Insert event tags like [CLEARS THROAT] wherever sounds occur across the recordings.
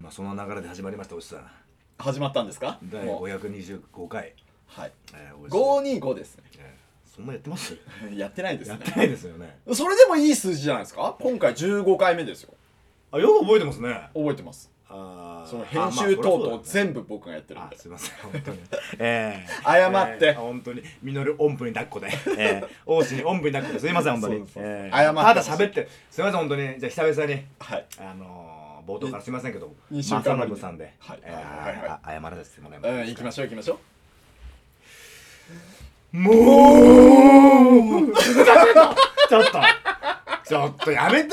まあ、その流れで始まりましたおじさん始まったんですか第もう525回、はいえーおじさん525ですね [LAUGHS] えーそんなやってますやってないですやねってないですよねそれでもいい数字じゃないですか今回15回目ですよあよく覚えてますね覚えてますあーそのあまあ編集等これはそうだよ々ね全部僕がやってるんあですいません本 [LAUGHS] 当に、えー謝ってえー本当に実るおんぶに抱っこで、えー、王子におんぶに抱っこですいません本当にそうそうえ謝ってただ喋ってすいません本当にじゃあ久々にはいあのー、冒頭からすいませんけどに週間ぶりに正信さんで、はいえーはいはいはあ謝らせてもらいます、うん行きましょう行きましょうも [LAUGHS] うちょっとちょっとやめて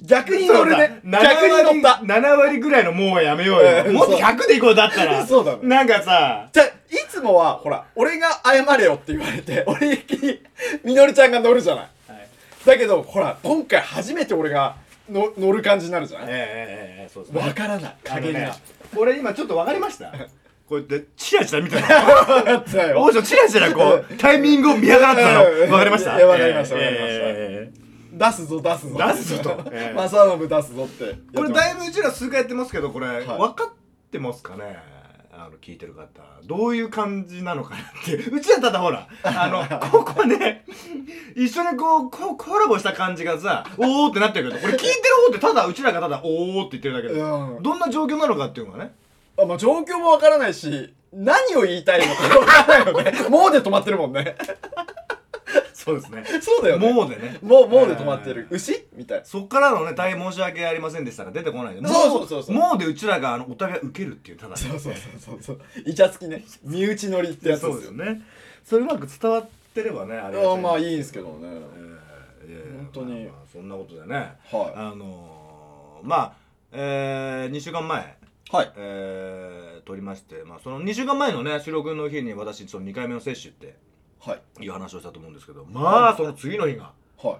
逆に乗るねそうだ逆に乗った7割7割ぐらいのもうやめよううよんもっと100でいこうだったらそうだねなんかさじゃあいつもはほら俺が謝れよって言われて [LAUGHS] 俺一気にみのりちゃんが乗るじゃないはいだけどほら今回初めて俺がの乗る感じになるじゃええないええええそうですねわからないあの影ねが、 [LAUGHS] 俺今ちょっとわかりましたこうやってチラチラ見て [LAUGHS] たのあったよ王女チラチラこうタイミングを見やがってたうんのわかりましたいやわかりましたえーわかりましたえー出すぞ出すぞ出すぞ [LAUGHS] とええ正信出すぞってこれだいぶぶうちら数回やってますけどこれ、い分かってますかねあの聞いてる方どういう感じなのかなってうちらただほ [LAUGHS] らあのここね一緒にこうこうコラボした感じがさおーってなってるけどこれ聞いてる方ってただうちらがただおーって言ってるだけで、うんどんな状況なのかっていうのがねあ、まあ、状況もわからないし何を言いたいのかわからないよ [LAUGHS] ねもうで止まってるもんねそうですねそうだよねもうでねもうもうで止まってるえー牛みたいなそっからのね大変申し訳ありませんでしたが出てこないでもそうそうそうそうもうでうちらがあのお互い受けるっていうただねそうそうそう [LAUGHS] そうイチャつきね身内乗りってやつですよねねそれうまく伝わってればねあありがたいーまあいいんですけどねえーいやいや本当にまあまあそんなことでねはあのー、まあえー、2週間前いはいえー、撮りまして、まあ、その2週間前のね収録の日に私その2回目の接種ってはいいう話をしたと思うんですけどまあその次の日がはい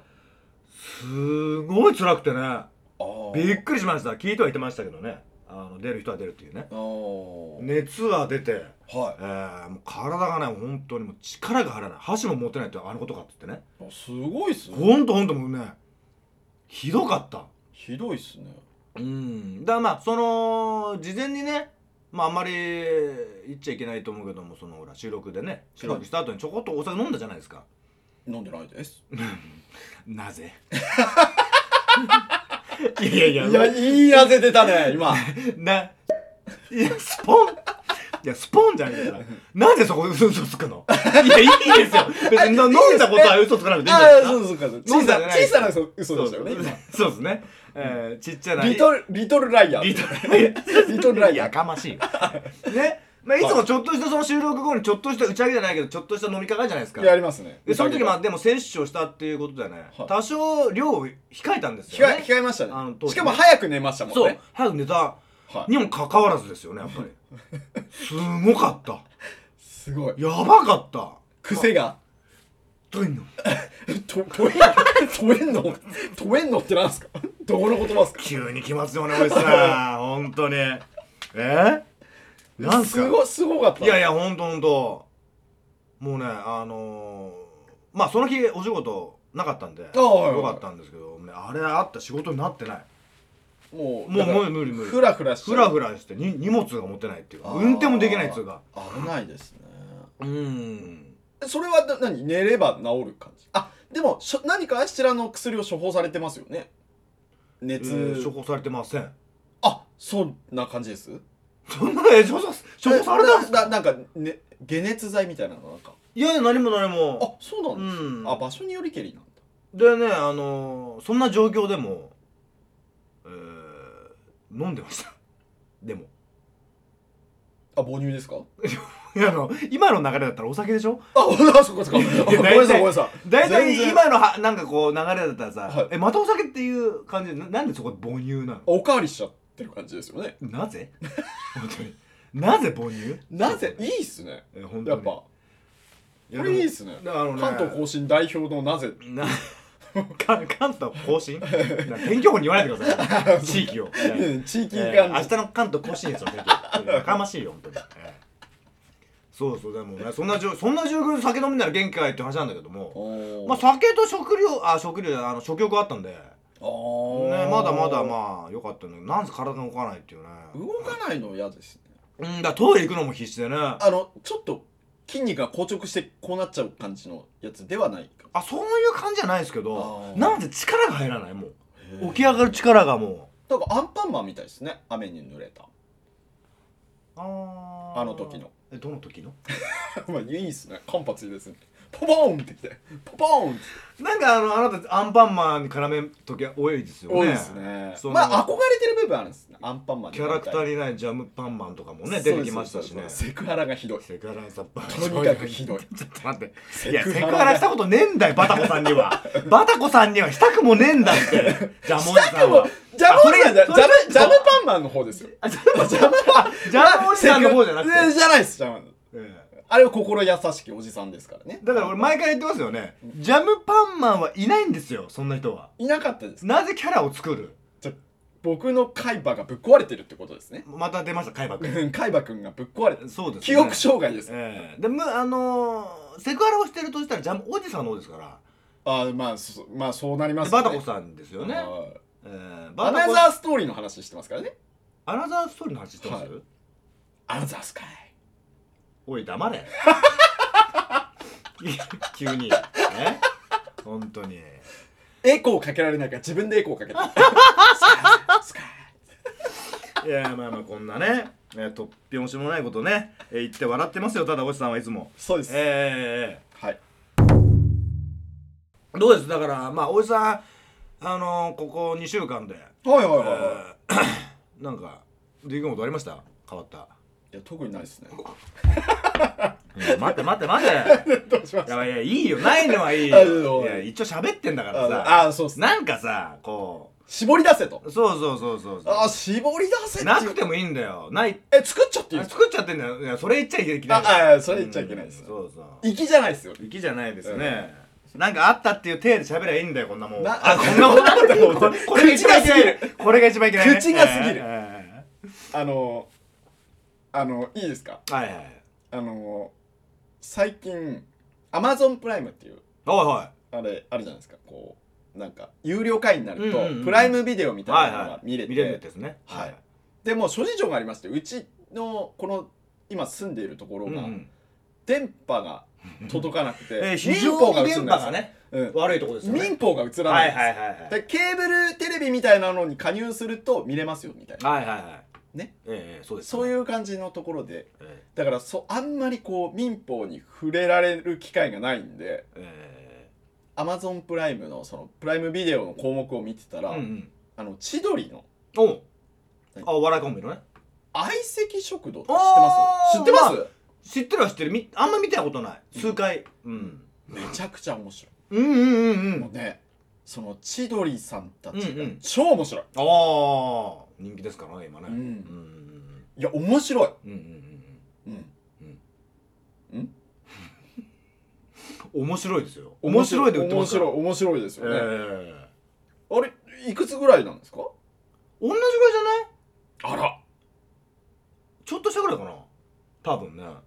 すごい辛くてねあーびっくりしました聞いてはいてましたけどねあの出る人は出るっていうねあー熱は出て、はえー、もう体がね本当にもう力が入らない箸も持てないってあのことかって言ってねいあすごいっすねほんとほんともうねひどかったひどいっすねうんだからまあその事前にねまああんまり言っちゃいけないと思うけどもそのほら収録でね収録した後にちょこっとお酒飲んだじゃないですか、飲んでないですなぜ [LAUGHS] いやいいやいややいい汗出たね今ないやスポンいやスポンじゃないからなんでそこ嘘つくのいやいいですよ別に飲んだことは嘘つかなくていいんじゃあないあですかそうそうそう飲小んださんじゃなない小ですさな嘘嘘でしたよねそうそうですね、えー、ちっちゃな今リトルリトルライアーリトルいリトルライやアやーかましいよ [LAUGHS] ね、まあ、いつもちょっとしたその収録後にちょっとした打ち上げじゃないけどちょっとした飲み会があるじゃないですかやりますねでその時まあでも摂取をしたっていうことでね、はい多少量を控えたんですよ控えね控えましたねあの当時ねしかも早く寝ましたもんねそう早く寝たはいにもかかわらずですよねやっぱり [LAUGHS] すごかったすごいやばかった [LAUGHS] 癖が [LAUGHS] どういうのととえとえんのとえんのってなんですか [LAUGHS] どこの言葉ですか急に来ますよね [LAUGHS] おじさん本当にえー、なんすかごいすごかったいやいや、ほんとほんと。もうね、あのー、まあその日お仕事なかったんで、よあはいはいかったんですけど、ね、あれあった仕事になってない。もうもうだから無理無理無理ふらふらしちふゃうらふらしてに荷物が持てないっていうか、あー運転もできないっていうか。危ないですねうん。それはな何寝れば治る感じあでもしょ何かしらの薬を処方されてますよねえ熱、ー処方されてません。あそんな感じですそんな、え、処方さ処方されたんですなかなんか、ね、解熱剤みたいなのなんかいやいや、何も何あも。そうなんうです、ん。あ場所によりけりなんだでね、あのー、そんな状況でも、えー、飲んでました。でも。あ母乳ですかいや、あの、今の流れだったらお酒でしょあ [LAUGHS] あそっかそっかごめんいやな大体さいごめんなさい大全体然今のはなんかこう流れだったらさ、はいえまたお酒っていう感じでななんでそこで母乳なのおかわりしちゃってる感じですよねな [LAUGHS] ぜ本当になぜ母乳なぜいいっすねえ本当やっにぱこやれいいっすねでもあのね関東甲信代表のなぜな関関東甲 [LAUGHS] 信な天気予報に言わないでください地域を、うん地域えがー明日の関東甲信越の天気やかましいよ本当 [LAUGHS] に、えーそうそうでもねそんな状そんな状況で酒飲みなら元気かいって話なんだけどもおーまあ、酒と食料あ食料じゃないあの食欲はあったんであね、まだまだあまあ良かったんだけどなんせ体が動かないっていうね動かないの嫌ですねうんだからトイレ行くのも必死でねああのちょっと筋肉が硬直してこうなっちゃう感じのやつではないかそういう感じじゃないですけどあーなんせ力が入らないもう起き上るがる力がもなんかアンパンマンみたいですね雨に濡れたうあーあの時のえどの時のまあいいっすね間髪いいですねポポーンってきてポポーンってなんかあのあなたアンパンマンに絡める時は多いですよね多いですねそのまあ憧れてる部分あるんですねアンパンマンキャラクターにないジャムパンマンとかもね出てきましたしそうねですそうですセクハラがひどいセクハラさとにかくひどいちょっと待って [LAUGHS] セいや、セクハラしたことねえんだよ、バタコさんには。バタコさんにはしたくもねえんだ [LAUGHS] って。ジャモンしさたくんもは。ジャムおじさんじゃあジそれそれャムジャムパンマンの方ですよあジャジャムパンジャムおじさんの方じゃなくてえじゃないですジャムえあれは心優しきおじさんですからねえだから俺前から言ってますよね。ジャムパンマンはいないんですよ、そんな人は。いなかったですなぜキャラを作る僕の海馬がぶっ壊れてるってことですね [LAUGHS] また出ました、海馬くん。うん海馬くんがぶっ壊れてそうです、ね。記憶障害ですええで、む、あのーセクハラをしてるとしたらジャムおじさんの方ですから。あーまあそまあそうなりまですバタコさんですよね。はいええアバタナコザーストーリーの話してますからねアナザーストーリーの話してます、はいアナザースカイおい黙 [LAUGHS] れ急にね本当にエコーかけられないから自分でエコ [LAUGHS] ーかけたスカイいやまあまあこんなね、えー、突拍子もないことね、えー言って笑ってますよただおじさんはいつもそうです、えはいー、どうですだからまあおじさんあのー、ここ2週間で、はいはいえはいはい、ー [COUGHS] なんかできることありました変わった、いや特にないですねうん待って待って待ってどうしまいやいやいいよないのはいいあどよういや一応喋ってんだからさああそうっすねなんかさこ絞り出せとうそうそうそうそうそうああ絞り出せっていうなくてもいいんだよ。ない。え作っちゃっていいんですか作っちゃってんだよ。いや、それ言っちゃいけない。ああそれ言っちゃいけないですうんそうそう。粋じゃないですよ粋じゃないですね。なんかあったっていう体で喋りゃいいんだよ、こんなもん。なあ、こんなもんなんだよ。ここれが一番いけないね。これが一番いけないね。口が過ぎるええあのあのいいですかええはいはい。あの最近アマゾンプライムっていうおいおい。あれあるじゃないですかこうなんか有料会員になると、うんうんうんプライムビデオみたはいいなのはがい。見れて、見れるですね。はいでもう諸事情がありましてうちのこの今住んでいるところうんうが、ん。電波が届かなくて、 [LAUGHS] えー、非民常放にが映電んない波がんでね、すよ、うん悪いとこですよね。民放が映らなはいいんですよはいはいはい。でケーブルテレビみたいなのに加入すると見れますよみたいなはいはいはい。ね。ええ、そうです。。そういうう感じのところでええだからそあんまりこう民放に触れられる機会がないんでえ Amazon プライムのそのプライムビデオの項目を見てたえ。ら、うんうん。あの千鳥のおうあ、お笑いコンビのね。相席食堂って知ってますあー知ってます、知ってるは知ってるみあんま見たことないうん数回、うん、めちゃくちゃ面白い、うんうんうんうもんうねその千鳥さんたちうんうがん超面白い、ああ人気ですからね今ねうんうんいや面白い、うんうんうんうんうん、うん面白いですよ面白いで売ってますから面白い面白いですよね、ええあれいくつぐらいなんですか同じぐらいじゃないあらちょっとしたぐらいかな多分ねあ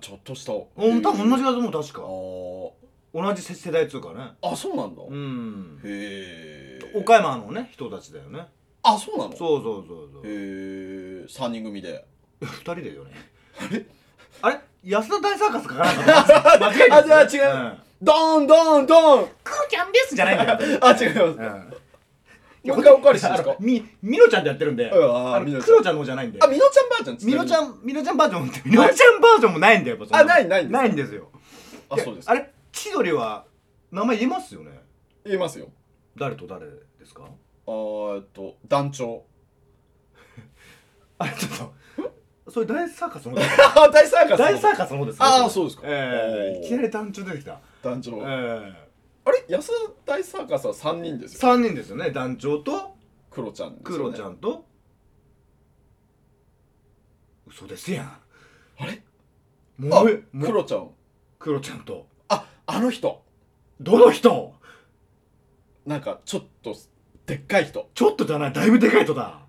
ちょっとしたうん多分同じぐらいじだと思う確かあ同じ世世代っつうかねーあそうなんだ、うへんえ岡山のね人たちだよねあそうなのうそうそうそうそうへえ3人組で二人でよねあれあれ安田大サーカスかなんか間違えてる [LAUGHS] あじゃあ違うドンドンドンクロちゃんですじゃないんだよあ違いますうん。もう一回おかわりしていいですかあのみ、みのちゃんでやってるんで、うんあーあのみのちゃんクロちゃんの方じゃないんであ。みのちゃんばあちゃんみのちゃんん、みのちゃんバージョンって、みのちゃんバージョンもないんだよ、やっぱそんのあないないないんですよ。あそうですあれ、千鳥は、名前言えますよね。言いますよ誰と誰ですかあーえっと団長あれ、ちょっと、それ大サーカスの方ですかあ [LAUGHS] 大サーカス大サーーカスの方ですあーそうですかえおえ、ーいきなり団長出てきた。団長、ええ。あれ安田大サーカスは3人ですよ三人ですよね、団長と、クロちゃんですクよ、ロね、ちゃんと、嘘ですやん。あれもあう、もうクロちゃんクロちゃんと、ああの人どの人なんかちょっとでっかい人ちょっとじゃない、だいぶでかい人だ。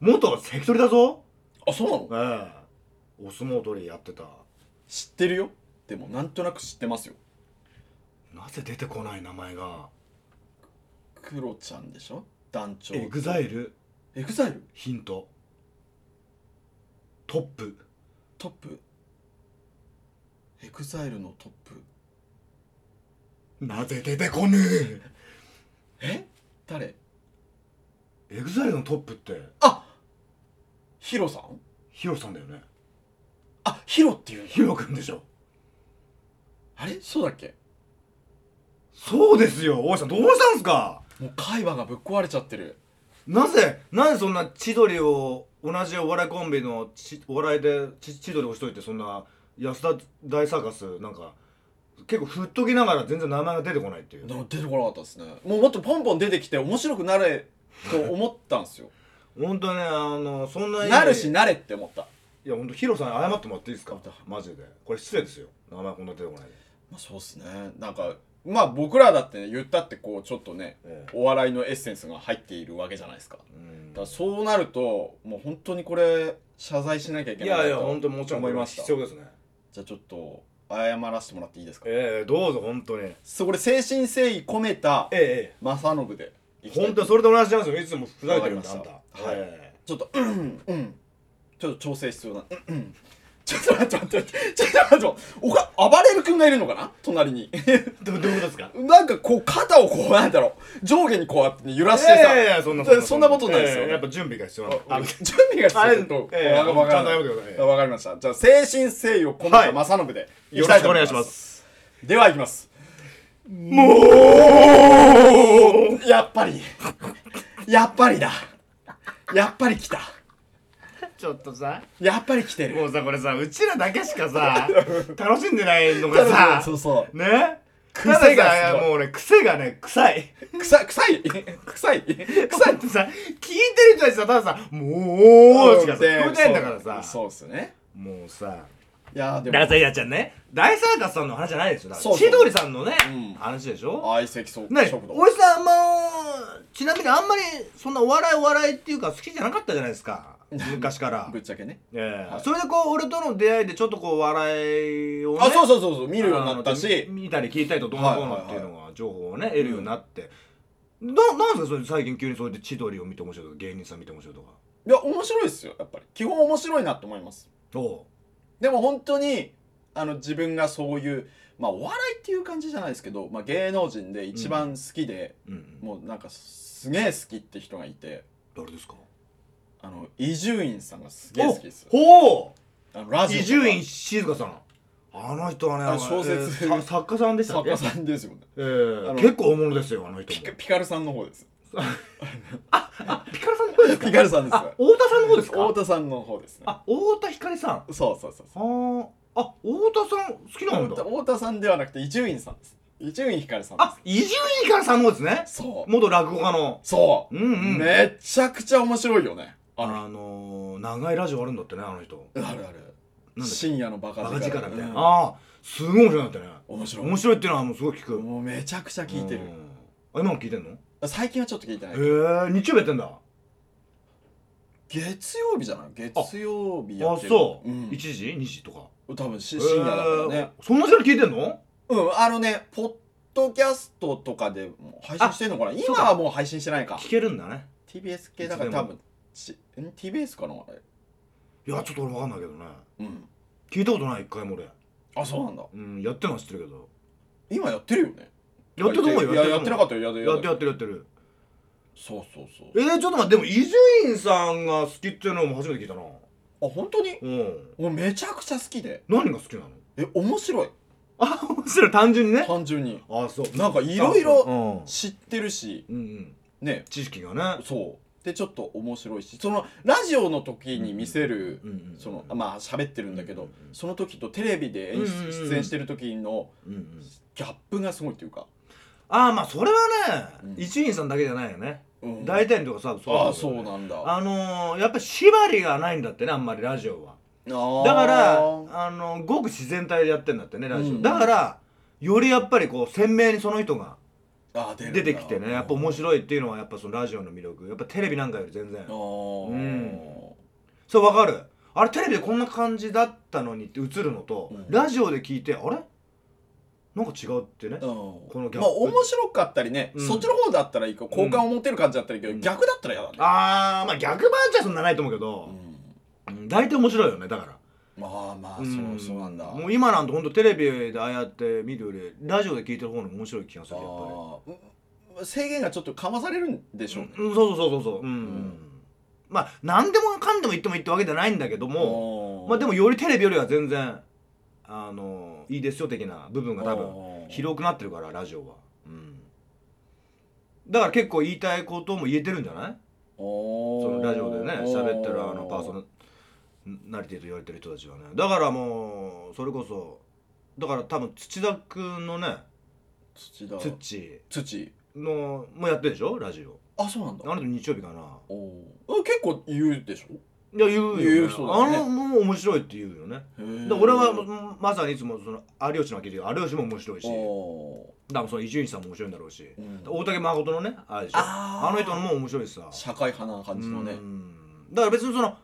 元関取だぞ。あそうなのええ。お相撲取りやってた。知ってるよでもなんとなく知ってますよなぜ出てこない名前が。クロちゃんでしょ団長エグザイルエグザイルヒントトップトップエグザイルのトップなぜ出てこねえ誰えエグザイルのトップってあヒロさんヒロさんだよねあヒロっていうんだヒロ君でしょあれそうだっけそうですよ大石さんどうしたんすかもう海馬がぶっ壊れちゃってるなぜなぜそんな千鳥を同じお笑いコンビのちお笑いでち千鳥をしといてそんな安田大サーカスなんか結構振っときながら全然名前が出てこないっていうでも出てこなかったですねもうもっとポンポン出てきて面白くなれと思ったんです [LAUGHS] よ本当ねあのそんなになるしなれって思ったいや本当ヒロさん謝ってもらっていいですか本マジでこれ失礼ですよ名前こんな出てこないで、まあそうっすねなんかまあ僕らだって、ね、言ったってこうちょっとねええお笑いのエッセンスが入っているわけじゃないですかだうんからそうなるともう本当にこれ謝罪しなきゃいけいないやなといや本当もちろん思いました必要ですねじゃあちょっと謝らせてもらっていいですかええどうぞ本当にえそこで誠心誠意込めたえ正信でいええきたい本当にそれと同じなんですよいつもふざけてるんだあんわたかりはましたはいえちょっとうんうんちょっと調整必要なうんうんちょっと待って待って待ってちょっと待って待っておか暴れる君がいるのかな隣に [LAUGHS] えどどういうことですかなんかこう肩をこうなんだろう上下にこうやってね揺らいしてさ、やいやいやそんなそんなそんなことないですよええやっぱ準備が必要なんあだの準備が必要だとあれええわかわかちゃんとやめてくださいええわかりましたじゃあ誠心誠意を込めた正信で、いきたよろしと思くお願いしますではいきますもうやっぱりやっぱりだやっぱり来たちょっとさやっぱり来てるもうさこれさうちらだけしかさ楽しんでないのがさそうそうね癖がたすごいださもう俺癖がね臭 [LAUGHS] い臭い臭い臭い臭臭いいってさ聞いてる人たちさたださ「もう」しかさ聞こえてないんだからさそうそうっすよねもうさいやーでだからもさいやちゃんね大サーカスさんの話じゃないですよだからそうそう千鳥さんのね、うん話でしょ相席そうね食堂おじさんあんまちなみにあんまりそんなお笑いお笑いっていうか好きじゃなかったじゃないです [LAUGHS] か昔からぶっちゃけねええはいそれでこう俺との出会いでちょっとこう笑いをねあそうそうそうそう見るようになったあしの見たり聞いたりとどうなこうなっていうのが情報をね得るようになって、ななんですかそれ最近急にそうやって千鳥を見て面白いとか芸人さん見て面白いとかいや面白いっすよやっぱり基本面白いなと思いますどでも本当にあの自分がそういうまあお笑いっていう感じじゃないですけど、まあ、芸能人で一番好きで、う、うん、もうなんかすげえ好きって人がいて誰ですかあの伊集院さんがすげえ好きですよほあのラうジオ伊とか集院静香さんあの人はねあの小え説ーさ作家さんでしたっ作け家さんですよねえあー、の結構大物ですよあの人ピもカピカルさんの方ですあピカルさんの方ですかピカルさんですあ太田さんの方ですか太田さんの方ですねあ太田光さんはそうそうそうそうああ太田さん好きなんだ太田さんではなくて伊集院さんです伊集院光さんであ伊集院光さんの方ですねすそう元落語家のそう、うんうんめちゃくちゃ面白いよねあのあのー、長いラジオあるんだってねあの人あるあるなんだっけ深夜のバカバカ力みたいな、うんああすごい面白いんだってね面白い面白いっていうのはもうすごい聞くもうめちゃくちゃ聞いてるうんあ今も聞いてんのへ最近はちょっと聞いてないえ日曜日やってんだ月曜日じゃない月曜日やあってるそう、ん1時2時とか多分し深夜だからねえーそんな時間聞いてんのうんあのねポッドキャストとかでも配信してんのかなそう今かはもう配信してないか聞けるんだね TBS 系だから多分しん TBS かなあれいやちょっと俺分かんないけどねうん聞いたことない一回も俺、あそうなんだうん、やってるのは知ってるけど今やってるよねやってると思うよいややってなかっったよやたでやってでるやってるやってるそうそうそうえー、ちょっと待ってでも伊集院さんが好きっていうのも初めて聞いたなあ本当にうんもうめちゃくちゃ好きで何が好きなのえ面白いあ面白い単純にね単純にあそうなんかいろいろうん知ってるしうんうんね知識がねそうでちょっと面白いしそのラジオの時に見せる、うんうんそのまあ喋ってるんだけど、うんうんうんその時とテレビで演う出,、んうんうん出演してる時のうんうんギャップがすごいっていうか、ああまあそれはうんね一員さんだけじゃないよねうん大体のとかさああだよそうねなんだあのーやっぱ縛りがないんだってねあんまりラジオはだだからあのーごく自然体でやってんだってねラジうオんだからよりやっぱりこう鮮明にその人があ出るんだ出てきてねやっぱ面白いっていうのはやっぱそのラジオの魅力やっぱテレビなんかより全然あーうんそうわかるあれテレビでこんな感じだったのにって映るのと、うんラジオで聞いてあれなんか違うってね、ここのギャップまあ面白かったりね、うんそっちの方だったらいいか好感を持てる感じだったらいいけど、うん逆だったら嫌だね、あーまあ逆バージョンはそんなないと思うけど、うん大体面白いよねだからまあまあそう、んそうなんだもう今なんて本当テレビでああやって見るよりラジオで聞いてる方の面白い気がするやっぱあーう制限がちょっとかまされるんでしょうね、りうんそうそうそうそううん、んまあ何でもかんでも言ってもいいってわけじゃないんだけどもまあでもよりテレビよりは全然あのいいですよ的な部分が多分分広くなってるからラジオはうんだから結構言いたいことも言えてるんじゃないそそのラジオでね喋ってるあのパーソナリティと言われてる人たちはねだからもうそれこそだから多分土田君のね土だ土地土のもやってるでしょラジオあそうなんだあの人日曜日かなおー結構言うでしょいや言うよ、ね、言う人だねあのもう面白いって言うよねへでー俺はうんまさにいつもその有吉の明有吉も面白いしだかおらその伊集院さんも面白いんだろうしーうん大竹誠のねあれでしょあーあの人のも面白いしさ社会派な感じのねうんだから別にその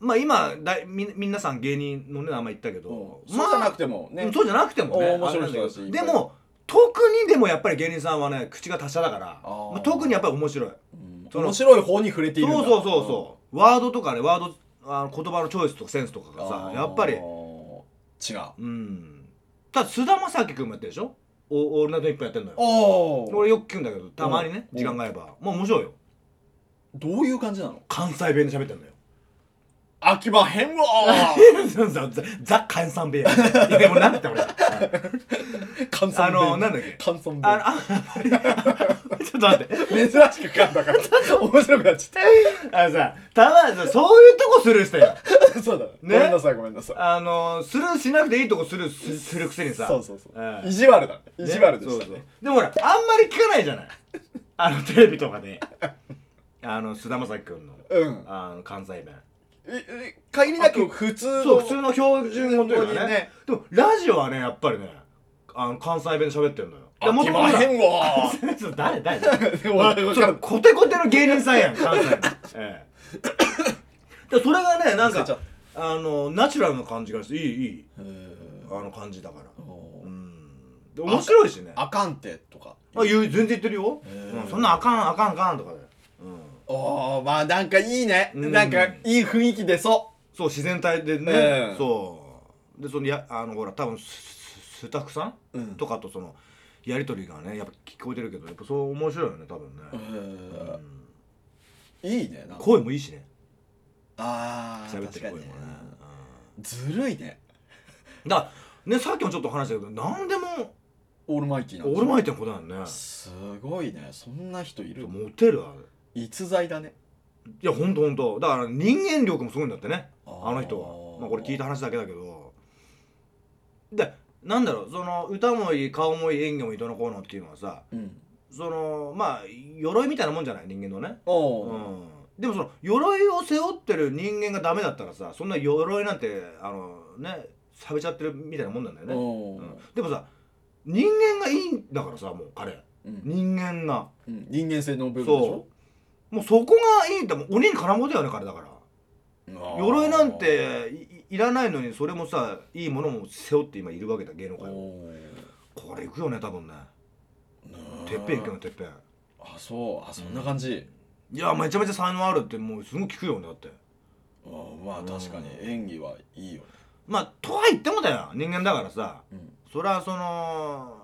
まあ今だいみみんなさん芸人のね名前言ったけど、うんまそうあじゃなくてもねそうじゃなくてもねお面白い人だしあれなんけどいっでぱいも特にでもやっぱり芸人さんはね口が達者だからあーまあ特にやっぱり面白いうんその面白い方に触れているんだそうそうそうそう、ワードとかねワードあの言葉のチョイスとかセンスとかがさあーやっぱり違ううんただ菅田将暉君もやってるでしょおオールナイトニッポンやってんのよおー俺よく聞くんだけどたまにねうん時間があればもう面白いよどういう感じなの関西弁で喋ってんのよ飽きまへんわ [LAUGHS] ザ [LAUGHS] ザ関西弁いやでもなんだって俺ー関西あ弁のなんだっけ関西弁あのあちょっと待って珍しく噛んだから [LAUGHS] 面白くなっちゃあのさたまにさそういうとこスルーしてよった [LAUGHS] そうだねごねめんなさいごめんなさいあのスルーしなくていいとこスルーすするくせにさそうそうそうええ意地悪だね意地悪でそしうたそうねでもほらあんまり聞かないじゃないあのテレビとかであの菅田将暉君のうんあの関西弁ええ限りなく普通のそう普通の標準語というかねにねでもラジオはねやっぱりねあの関西弁で喋ってるのよいや飽きまほらへ [LAUGHS] んわそう誰誰誰ーほらわかるコテコテの芸人さんやん関西の、ええ、でそれがねなん忘れちゃかっあのナチュラルな感じがしていいいいたへあーの感じだからおうーんで面白いしねああかんてとか言う全然言ってるよ、へーうんそんなあかんあかんあかんとかで、うん、おーまあなんかいいね、うんなんかいい雰囲気出そそう自然体でね、ええそうでそのやあのほら多分スススタッフさんう、うんとかとそのやり取りがねやっぱ聞こえてるけどやっぱそう面白いよね多分ね、うんいいねなんか声もいいしねああ喋ってる声もね確かにねずるいねうんだからねさっきもちょっと話したけど何でもオールマイティーなんオールマイティなことなんねすごいねそんな人いるモテるあれ逸材だねいやほんとほんとだから人間力もすごいんだってねあーあの人はまあこれ聞いた話だけだけどでなんだろうその歌もいい顔もいい演技もいいどのこうのっていうのはさうんそのまあ鎧みたいなもんじゃない人間のねおうおんでもその鎧を背負ってる人間がダメだったらさそんな鎧なんてあのねさべちゃってるみたいなもんなんだよおね、おうんでもさ人間がいいんだからさもう彼うん人間がうん人間性の部分でしょそうもうそこがいいってもう鬼に金棒だよね彼だから鎧なんていいらないのにそれもさいいものも背負って今いるわけだ芸能界はこれいくよね多分ねてっぺんいくよねてっぺんあそうあそんな感じいやめちゃめちゃ才能あるってもうすごい聞くよねだってあーまあ確かに演技はいいよまあとは言ってもだよ人間だからさうんそれはその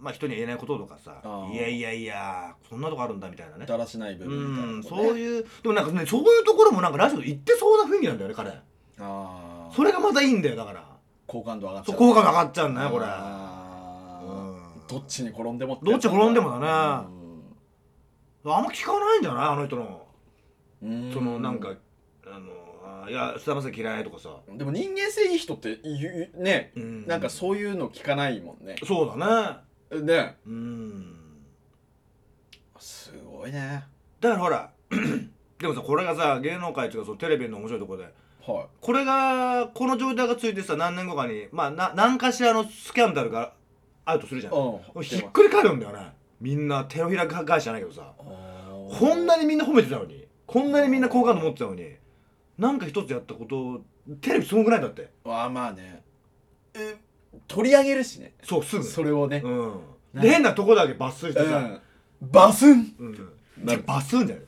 まあ人に言えないこととかさあーいやいやいやそんなとこあるんだみたいなねだらしない部う分みたいんなとこそうねいうでもなんかねそういうところもなんかラジオで言ってそうな雰囲気なんだよね彼ああそれがまたいいんだよだから好感度上がっちそゃうう効果が上がっちゃうんだねこれあーうんどっちに転んでもてどっちに転んでもだねうんあんま聞かないんじゃないあの人のうんそのなんかあのあいや菅田将暉嫌いとかさでも人間性いい人って言うねうんなんかそういうの聞かないもんねそうだねねうんすごいねだからほら [CLEARS THROAT] でもさこれがさ芸能界とかそのテレビの面白いところではこれがこの状態がついてさ何年後かにまあな何かしらのスキャンダルがあるとするじゃんもいうんうひっくり返るんだよねみんな手のひら返しじゃないけどさこんなににみんな褒めてたのにこんなにみんな好感度持ってたのになんか一つやったことテレビすごくないだってあーまあねえ取り上げるしねそうすぐそれをね、うんで変なとこだけ抜粋してうさんバスンうんなるバスンじゃない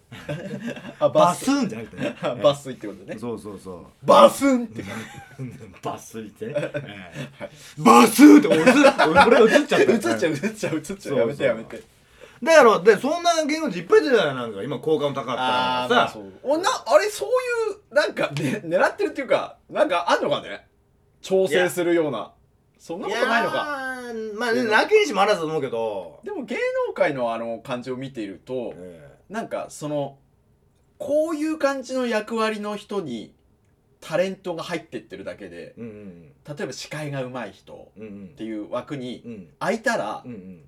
バあバススンじゃなく [LAUGHS] てねバスイってことねそうそう [LAUGHS] そうバスンってバス [LAUGHS] いて、バスって俺映俺映っちゃっ映たっちゃう映っちゃう映っちゃうやめてやめてだからでそんな芸能人いっぱい出てたよなんか今好感度高かったあーさまあそうおなあれそういうなんか、ね、狙ってるっていうかなんかあんのかね調整するようなそんなことないのかやーまあねなきにしもあらずだと思うけど、でも芸能界のあの感じを見ているとえなんかそのこういう感じの役割の人にタレントが入ってってるだけでえうん例えば司会が上手い人うんうんうんっていう枠にうん空いたらうんうん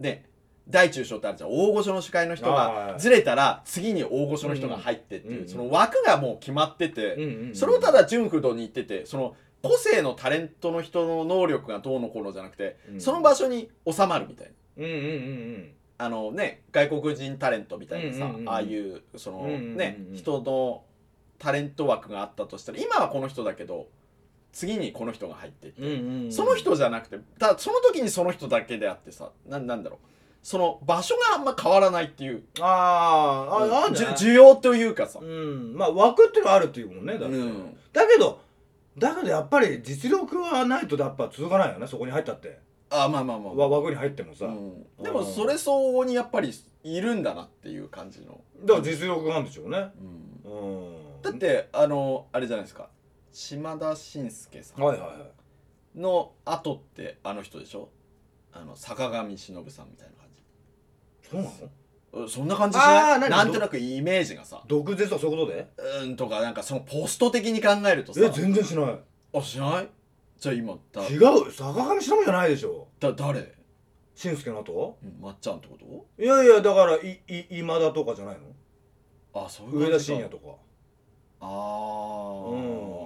ね大中小ってあるじゃん大御所の司会の人はいがはいずれたら次に大御所の人が入ってってうんいううんその枠がもう決まってうんてうんうんそれをただ純不動に言っててその個性のタレントの人の能力がどうのこうのじゃなくてうんその場所に収まるみたいな。うんうんうんうんあのね、外国人タレントみたいなさ、うんうんうんああいうその、うんうんうんうんね人のタレント枠があったとしたら今はこの人だけど次にこの人が入ってって、うんうんうんその人じゃなくてただその時にその人だけであってさななんだろうその場所があんま変わらないっていうあーああんじじゅゃない需要というかさ、うんまあ枠っていうのはあるっていうもんねだ,、うんだけどだけどやっぱり実力はないとやっぱ続かないよねそこに入ったって、あまあまあまあ、わ枠に入ってもさ、うんでもそれ相応にやっぱりいるんだなっていう感じの、だから実力なんでしょうねううんんだってあのあれじゃないですか島田紳介さんはいはいはいの後ってあの人でしょあの坂上忍さんみたいな感じそうなのうんそんな感じしなあーい何なんとなくイメージがさ毒舌はそういうことでうーんとかなんかそのポスト的に考えるとさえ全然しないあしないじゃあ今だ違う坂上忍じゃないでしょだ誰しんすけの後うんまっちゃんってこいやいやだからいい今田とかじゃないのとあそういう上感田じか晋也とかあうんー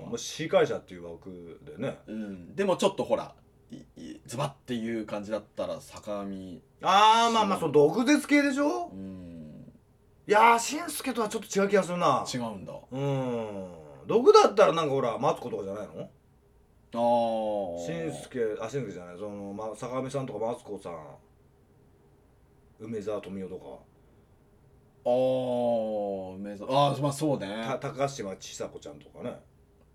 もう司会者っていう枠でねうんでもちょっとほらいいズバッていう感じだったら坂上あーまあまあその毒舌系でしょうんいやーしんすけとはちょっと違う気がするな違うんだあうん毒だったらなんかほらマツコとかじゃないのあしんすけあしんすけじゃないその、ま、坂上さんとかマツコさん梅沢富美男とあー梅沢あーまあそうねかた高嶋ちさ子ちゃんとかね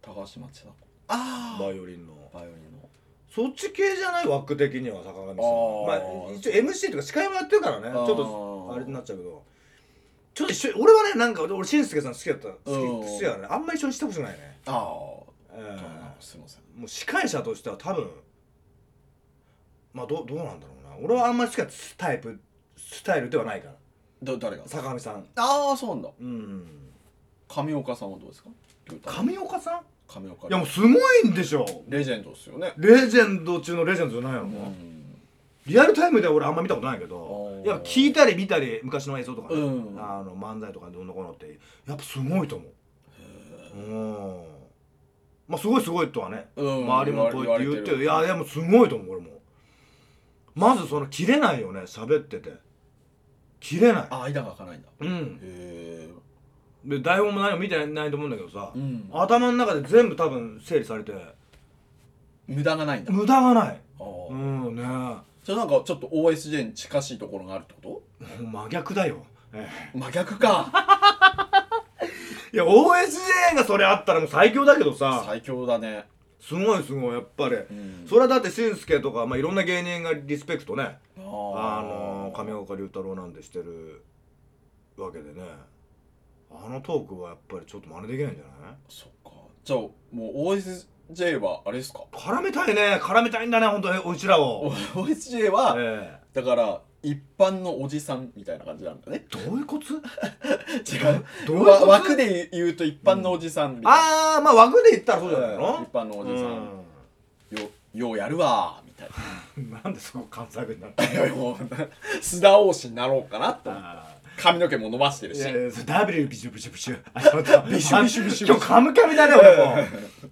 高島千奈子あバイオリンのバイオリンのそっち系じゃない枠的には坂上さんあーまあ一応 MC とか司会もやってるからねちょっとあーあれになっちゃうけどちょっと一緒に俺はねなんか俺しんすけさん好きだった好きうん好きだからねあんまり一緒にしてほしくないね、あえあーすいませんもう司会者としては多分まあどうどうなんだろうな俺はあんまり好きなタイプスタイルではないからだ誰が坂上さんああそうなんだうん上岡さんはどうですか上岡さんい上岡やもうすごいんでしょレジェンドですよねレジェンド中のレジェンドじゃないの、うんリアルタイムでは俺あんま見たことないけどおーやっぱ聞いたり見たり昔の映像とかね、うんあの漫才とかどうのこうのってやっぱすごいと思ううんまあすごいすごいとはね、うん周りもこうやって言ってるいやでもすごいと思う俺もまずその切れないよね喋ってて切れないあ間が開かないんだうんへえで台本も何も見てないと思うんだけどさ、うん頭の中で全部多分整理されて無駄がないんだ無駄がないあうーんねじゃあなんかちょっと OSJ に近しいところがあるってこもう真逆だよ、ええと真逆かいや OSJ がそれあったらもう最強だけどさ最強だねすごいすごいやっぱり、んそれはだってしんすけとか、まあ、いろんな芸人がリスペクトねああーのー上岡龍太郎なんてしてるわけでねあのトークはやっぱりちょっと真似できないんじゃないそっかじゃあもう OSJ はあれですか絡めたいね絡めたいんだね本当におうちらを、 OSJ は、えだから一般のおじさんみたいな感じなん [LAUGHS] だねえどういうコツ違うどういうコわツ枠で言うと一般のおじさんみたいな、ああまあ枠で言ったらそうじゃないの一般のおじさん、うよようやるわーみたいんなんでそこ関西弁なんだな [LAUGHS] もう須田王子になろうかなと思ってあ髪の毛も伸ばしてーるいしやいやそうダブルビシュビシュビシュあちょっとビシュビシュビシュ今日カムカムだね俺も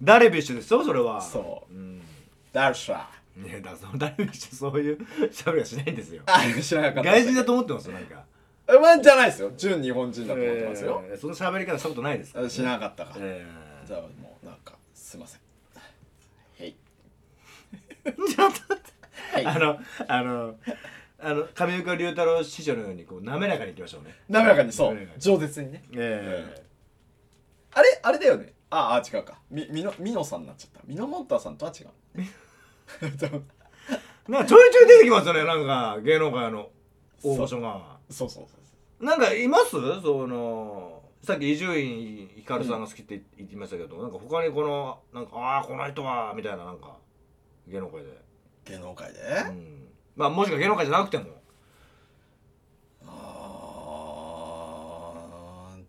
ダルビッシュですよそれは、そうん、ダルシャいやだからそのダルビッシュそういう喋りはしないんですよあ知らなかった外人だと思ってますよなんかえまあじゃないですよ純日本人だと思ってますよ、えーその喋り方したことないですあ知らなかったか、え [LAUGHS] じゃあもうなんかすいませんはいちょっとはいあのあのあの上岡龍太郎師匠のようにこう滑らかにいきましょうね滑らかにそう滑らかに饒舌にねええあれあれだよねああ違うかみみのみのさんになっちゃったみのもんたさんとは違 [LAUGHS] うなんかちょいちょい出てきますよねなんか芸能界の大御所がそうそうそうなんかいますそのさっき伊集院光さんが好きって言ってましたけど、なんか他にこのなんかああこの人はみたいななんか芸能界で、芸能界でうん、まあもしくは芸能界じゃなくてもあ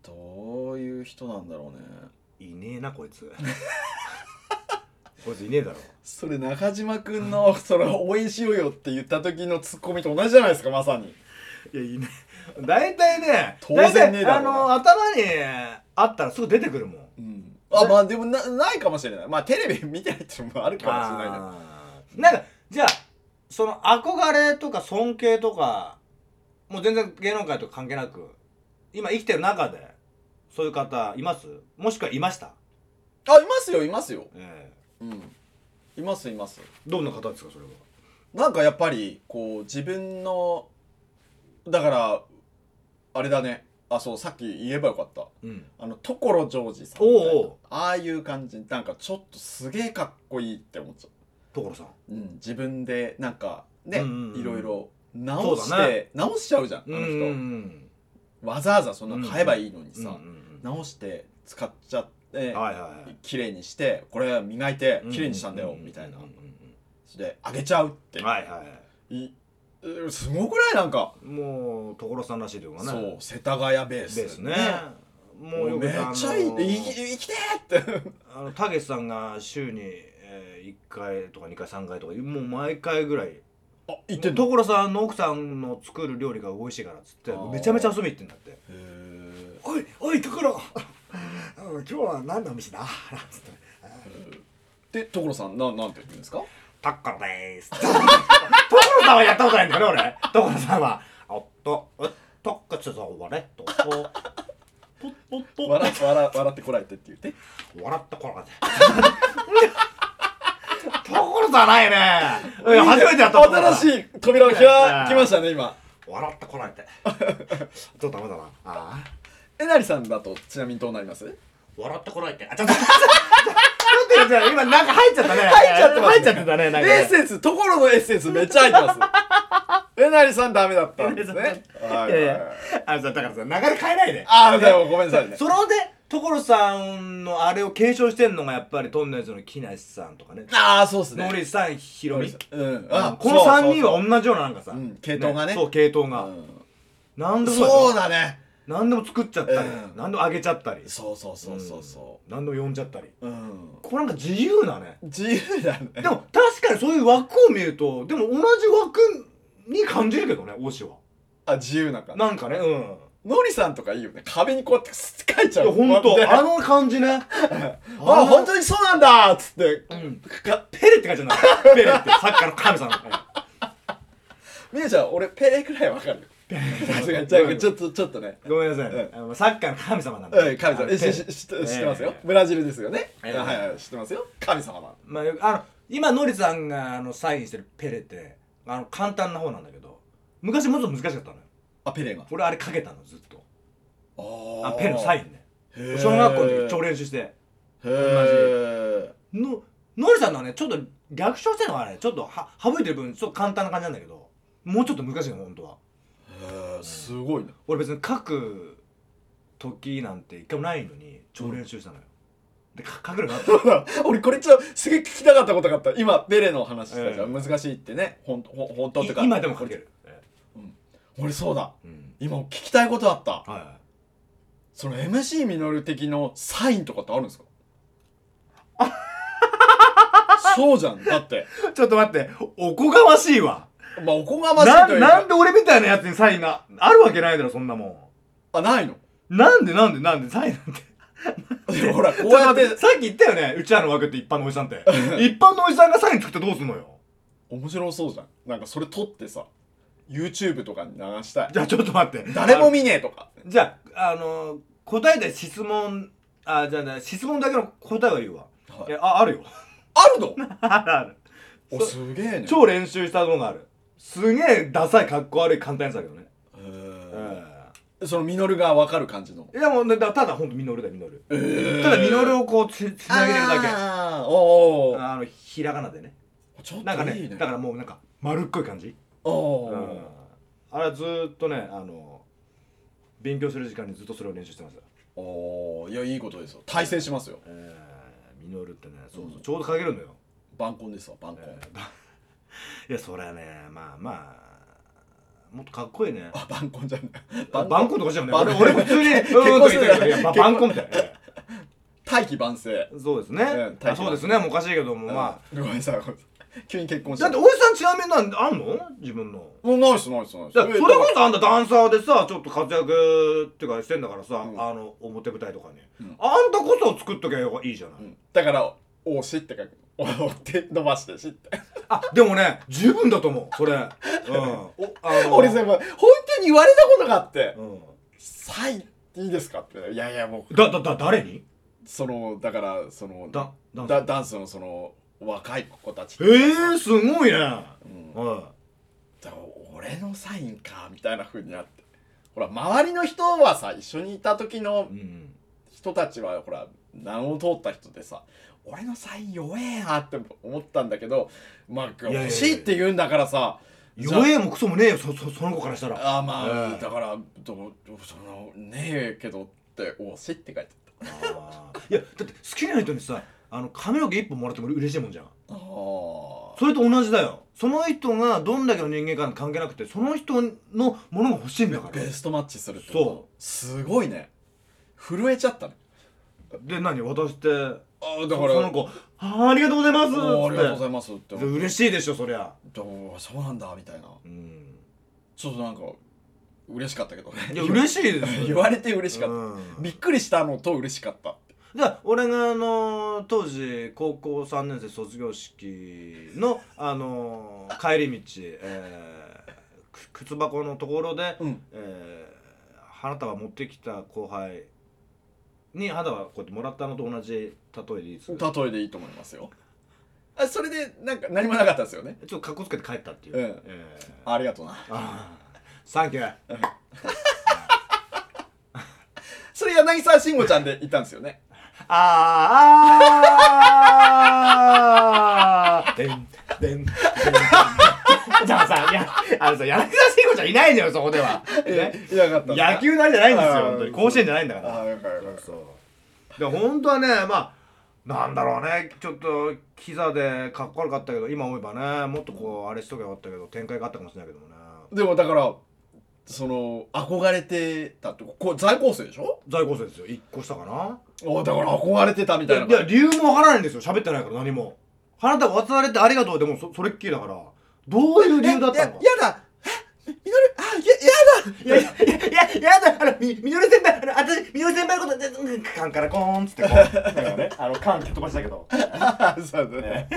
ーどういう人なんだろうねいねえなこい [LAUGHS] つこいついねえだろそれ中島くん [LAUGHS] のそれ応援しようよって言った時のツッコミと同じじゃないですかまさにいやいねえ大体ね当然ねえだろあの頭にあったらすぐ出てくるもんうんあまあでもなないかもしれないまあテレビ見てないっていうのもあるかもしれないけどあーなんかじゃあその憧れとか尊敬とかもう全然芸能界とか関係なく今生きてる中でそういう方いますもしくはいました、あいますよいますよええうんいますいますどんな方ですかそれはなんかやっぱりこう自分のだからあれだねあそうさっき言えばよかったうんあの所ジョージさんおみたいなうおうああいう感じなんかちょっとすげえかっこいいって思っちゃ所さんう、うん、自分でなんかね、うんうんうんいろいろ直しそうだて、直しちゃうじゃんあうんのう人、んわざわざそんな買えばいいのにさ、うんうん直して使っちゃって、うんはいはいはい綺麗にしてこれ磨いて綺麗にしたんだよ、みたいなうんうんそれであげちゃうって、うんはいはいいえすごくないなんかもう所さんらしいというかねそう世田谷ベースですねもうもようくめっあのちゃいいいき生きてーってあのたけしさんが週に、えー、1回とか2回3回とかもう毎回ぐらいあ行ってんの所さんの奥さんの作る料理が美味しいからっつってあーめちゃめちゃ遊びに行ってんだってへー「おいおい所今日は何のお店だ?」なんつってで所さんななんて言うんですか「タッカロでーす」所さんはやったことないんだよね俺所さんは「おっとおっとっかつぞわれ」と「とっとっと」笑笑笑ってこられてって言って笑った頃で。ところじゃないね。いや初めてやったところだ。新しい扉を開ねきましたね今笑ったこられて。ちょっとダメだな。ああ。えなりさんだとちなみにどうなります笑ってこられて。あ、ちょっと。ちょっとちょっと今なんか入っちゃったね。入っちゃってます入っちゃってたね。なんかねエッセンスところのエッセンスめっちゃ入 [LAUGHS] ってますえなりさんダメだったんですねはいいやはいいやはいあのさだからさ流れ変えないで。あーでもごめんなさいねそのね所さんのあれを継承してんのがやっぱりトンネルズの木梨さんとかね。ああそうですねノリさん、ヒロミ。うんああこのそうそうそう3人は同じようななんかさ、うん系統がねそう系統が、う何んでもそうだだね何でも作っちゃったり、うん何でもあげちゃったりそうそうそうそうそうん何でも呼んじゃったりううんこれなんか自由だね自由だねでも確かにそういう枠を見るとでも同じ枠に感じるけどね推しはあ自由な感じなんかねうんノリさんとかいいよね壁にこうやって書いちいゃやうほんこうやとってあの感じね [LAUGHS] あの本当にそうなんだっつってうんかペレって書いちゃうんだペレってサッカーの神様みえちゃん俺ペレくらいわかるさすがにじゃあちょっとちょっとねごめんなさい、ね [LAUGHS] うあのサッカーの神様なんうでん神様えペレししし知ってますよええブラジルですよねはえいえはい知ってますよ神様なのまあ、あの今ノリさんがあのサインしてるペレってあの簡単な方なんだけど昔もっと難しかったのよあペレが俺あれかけたのずっとああペレのサインねン小学校の時超練習してへえのノリさんのはねちょっと略称してるのがねちょっとは省いてる分ちょっと簡単な感じなんだけどもうちょっと難しいの本当はすごいね俺別に書く時なんて一回もないのに超練習したのよ、でか書くようになった [LAUGHS] 俺これちょっとすげえ聞きたかったことがあった今ペレの話したじゃんえ難しいってねほんとほん本当っていか今でも書ける、え俺そうだえうん今聞きたいことあったはいはいその MC ミノル的のサインとかってある [LAUGHS] んですかそうじゃんだってちょっと待っておこがましいわまあおこがましいなというなんかで俺みたいなやつにサインがあるわけないだろそんなもあないのんなんでなんでなんでサインなんてでほらこうちょっやっと待っててさっき言ったよねうちらの枠って一般のおじさんって [LAUGHS] 一般のおじさんがサイン作ってどうすんのよ面白そうじゃんなんかそれ撮ってさ YouTube とかに流したいじゃあちょっと待って誰も見ねえとかじゃああの答えた質問あじゃあね質問だけの答えは言うわ、は [LAUGHS] いえああるよあるのあるあるおすげえね超練習したのがあるすげえダサいかっこ悪い簡単なやつだけどね、へうーんそのミノルが分かる感じのいやもうねだただほんとミノルだよミノル、たただミノルをこうつつなげてるだけああーおーのひらがなでねちょっなんかねといいねだからもうなんか丸っこい感じ、おうーんあれはずーっとねあの勉強する時間にずっとそれを練習してますよ、おーいやいいことですよ対戦しますよえー、ミノルってねそうそう、うんちょうどかけるのよ、晩婚ですわ晩婚えーだいやそれはねまあまあもっとかっこいいねあ晩婚じゃないバ晩ン婚コンとかじゃんねバン俺俺普通に結婚してたいやまあバンコンみたいなえ大器晩成えそうですねうんあそうですねもうおかしいけどもまああごめんなさいごめんなさい急に結婚しだたっておじさんちなみになんあんの自分のもうないっすないっすないっすだからそれこそあんたダンサーでさちょっと活躍っていうかしてんだからさ、うんあの表舞台とかね、うんあんたこそ作っときゃいいじゃない、うんだから「おし」って書く「おって伸ばして「し」ってあでもね十分だと思うそれ [LAUGHS] うんおあの俺全部本当に言われたことがあってうん「サイいいですか?」って「いやいやもうだだだ誰にそのだからそのだだだダンスのその若い子たちえー、すごいね、うんうんだから俺のサインかみたいな風になってほら周りの人はさ一緒にいた時のうん人たちはほら名を通った人でさ俺のサイン弱えなって思ったんだけどまあやいやいや欲しいって言うんだからさ弱ええもクソもねえよそそその子からしたらあまあ、ええだからどうどうそのねえけどって「おし」って書いてあったあー [LAUGHS] いやだって好きな人にさあの髪の毛一本もらっても嬉しいもんじゃんあーそれと同じだよその人がどんだけの人間か関係なくてその人のものが欲しいんだからベストマッチするってことそうすごいね震えちゃったねで何渡してああそだからその子「あーありがとうございます」おーありがとうございいます」ってで嬉しいでしょそりゃどうそうなんだみたいなうんちょっとなんか嬉しかったけどねいや嬉しいです [LAUGHS] 言われて嬉しかった、うんびっくりしたのと嬉しかったじゃあ俺があのー当時高校3年生卒業式のあのー帰り道、えーく靴箱のところで、うんえー花束持ってきた後輩に花束こうやってもらったのと同じ例えでいいですか例えでいいと思いますよあそれでなんか何もなかったですよねちょっとかっこつけて帰ったっていう、うんえーありがとうなあーサンキューそれ柳沢慎吾ちゃんでいたんですよねあーあーでんでんでん [LAUGHS] じゃあさやあのさ柳沢慎吾ちゃんいないのよそこでは、ね、いなかった野球なりじゃないんですよあー本当に甲子園じゃないんだかああらよかそったようかっそうで本当はねまあなんだろうねちょっとキザでかっこ悪かったけど今思えばねもっとこうあれしとけばよかったけど展開があったかもしれないけどもねたでもだからその憧れてたってこう在校生でしょ在校生ですよ1個下かなあだから憧れてたみたいないや理由もわからないんですよ喋ってないから何も花束渡されてありがとうでもそそれっきりだからどういう理由だったのかえややだえみのるあいやいやいやいやだあのみみのり先輩あの私みのり先輩のことでうんカンからコーンっつってこうなんかねあのカン蹴っ飛ばしたけどやだ [LAUGHS] そうだね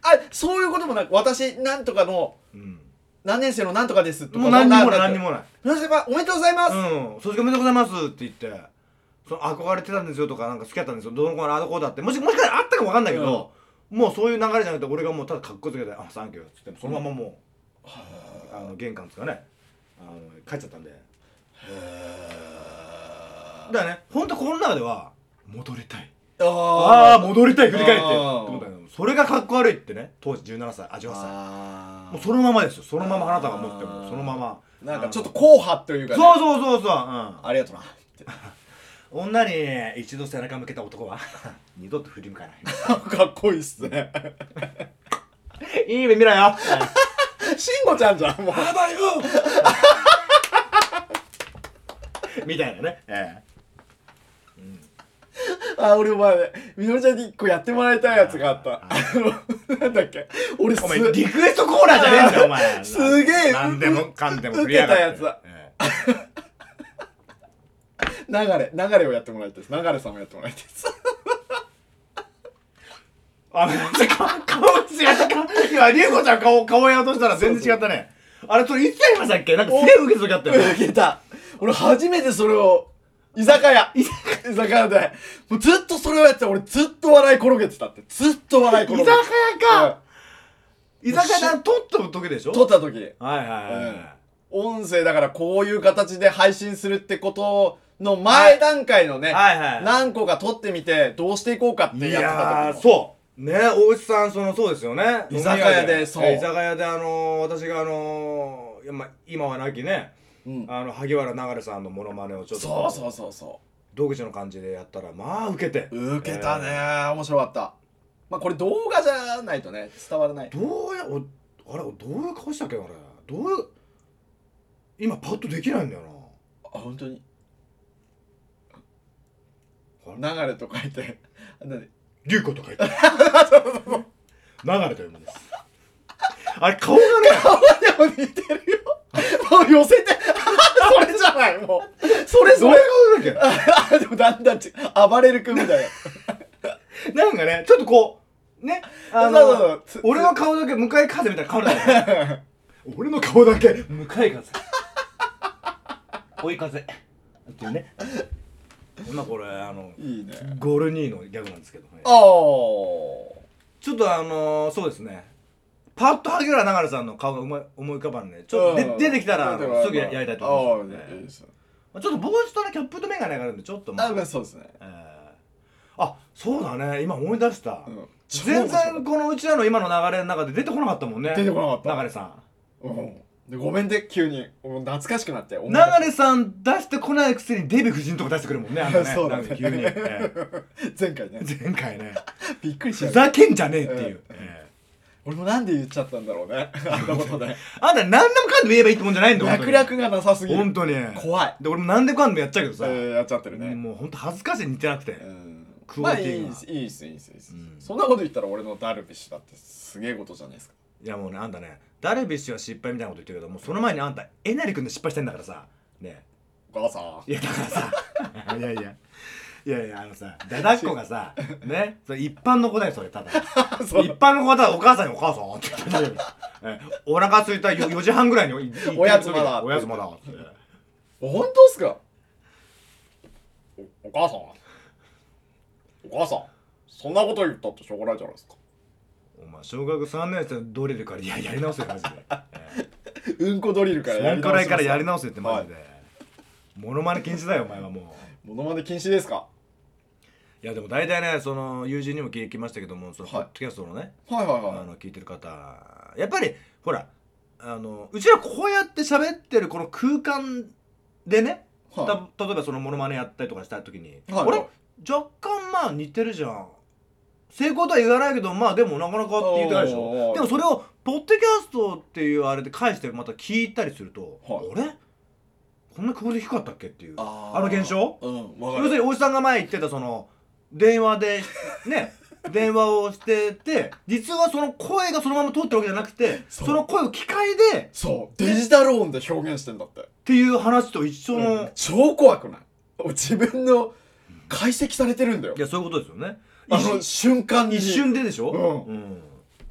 あそういうこともなく私なんとかのうん何年生のなんとかですとかもう何にもないな何んにかもない皆様おめでとうございます、うん卒業おめでとうございますって言ってその憧れてたんですよとかなんか好きだったんですよどの子のあの子だってもしもしかしたらあったかもわかんないけど、もうそういう流れじゃなくて俺がもうただかっこつけて「あサンキュー」っつってそのままもう、あの玄関ですかねあの帰っちゃったんでだからね本当この中では戻りたいあああー戻りたい振り返ってってあー思ったけどそれがかっこ悪いってね当時17歳味わってあたーもうそのままですよそのまま花束持ってあもーそのままなんかちょっとあ硬派というか、のね、そうそうそうそう、うん、ありがとうな [LAUGHS] って女に一度背中向けた男は [LAUGHS] 二度と振り向かないかっこいいっすねいい夢見ろよ慎吾ちゃんじゃんもうあばよ [LAUGHS] みたいなね、えあ俺お前みのりちゃんに一個やってもらいたいやつがあったああのなんだっけ俺すえ、お前リクエストコーナーじゃねえんだよお前すげえ何でもかんでも振りやがって受けたやえ流れ流れをやってもらいたいです流れさんをやってもらいたいですあ、めっちゃ顔違った。いや、りゅうこちゃん顔、顔やろうとしたら全然違ったね。あれ、それいつやりましたっけなんかすげえ受けそうだったよね。受けた俺初めてそれを居酒屋居酒屋でもうずっとそれをやってた俺ずっと笑い転げてたってずっと笑い居転酒げ屋てたか。居酒屋で撮った時でしょ撮った時はいはいはい、うん音声だからこういう形で配信するってことの前段階のね、はいはい何個か撮ってみてどうしていこうかっていやってやたー時もそうね大内さんそのそうですよね居酒屋で飲みそうえ居酒屋であのー、私があのーいやまあ、今は亡きねうんあの萩原流れさんのモノマネをちょっとそうそうそうそ独自の感じでやったらまあ受けてう受けたね、え面白かったまあこれ動画じゃないとね伝わらないーどうやおあれどういう顔したっけあれどういう今パッとできないんだよあ本当にあれ流れと書いてあなんでな龍子とか言って [LAUGHS] 流れというもんですあれ顔がねでも似てるよもう寄せて [LAUGHS] それじゃないもうそれどそういれう顔だっあでもだんだんち暴れる君みたいけ [LAUGHS] なんかねちょっとこうねなあのそうそうそうつ俺の顔だけ向かい風みたいな顔だよね [LAUGHS] 俺の顔だけ向かい風追い風っていうね今これあのいいねゴルニーのギャグなんですけどねああちょっとあのー、そうですねパッと萩原流れさんの顔が思い思い浮かばんねちょっとうんで出てきたらあ出てのすぐややりたいと思います、ああいいねで、すよまあちょっと帽子とねキャップとメガネがあるんでちょっとまああ、まあそうですね。えーあそうだね今思い出した、うん全然このうちらの今の流れの中で出てこなかったもんね出てこなかった流れさんうんでごめんで急にもう懐かしくなって思い出した流れさん出してこないくせにデヴィ夫人とか出してくるもんねあのね [LAUGHS] [LAUGHS] そうだねなんか急に、ええ [LAUGHS] 前回ね前回ねびっくりしふたよざけんじゃねえっていう、え俺もなんで言っちゃったんだろう [LAUGHS] ねあんなことでえあんた何でもかんでも言えばいいってもんじゃないんだよ脈絡がなさすぎ本る当に怖いで俺も何でもかんでもやっちゃうけどさ、えーやっちゃってるねもう本当恥ずかしい似てなくて、うんクまオあリティいがいですいいですいいですいいですうんそんなこと言ったら俺のダルビッシュだってすげえことじゃないですかいやもうねあんたねダルビッシュは失敗みたいなこと言ってるけどもうその前にあんたえなり君で失敗してんだからさねお母さんいやだからさいやいやいやいやあのさダダっ子がさねそれ一般の子だよそれただそう一般の子はただお母さんにお母さんって言ってたよえお腹空いたよ4時半ぐらいにいおやつまだおやつまだって本当っすかおお母さんお母さんそんなこと言ったってしょうがないじゃないですかお前小学3年生のドリルからいややり直せよ [LAUGHS] マジで、えうんこドリルからそんくらいからやりな直せってマジで、モノマネ禁止だよお前はもうものまね禁止ですかいやでも大体ねその友人にも聞きましたけどもそのポはッいドキャストのね、はいはいあの聞いてる方やっぱりほらあのうちらこうやって喋ってるこの空間でね、いはた例えばそのモノマネやったりとかした時に、いはいあれ若干まあ似てるじゃん成功とは言わないけどまあでもなかなかって言ってないでしおょーでもそれをポッドキャストっていうあれで返してまた聞いたりすると、はいあれこんなクオリティ低かったっけっていうああの現象うんわか要するるにおじさんが前言ってたその電話 [LAUGHS] でね電話をしてて実はその声がそのまま通ってるわけじゃなくてそそうの声を機械でっそうデジタル音で表現してんだって、ていう話と一緒の、うん超怖くない自分の解析されてるんだよいやそういうことですよねあの一瞬間に一瞬ででしょ、ううん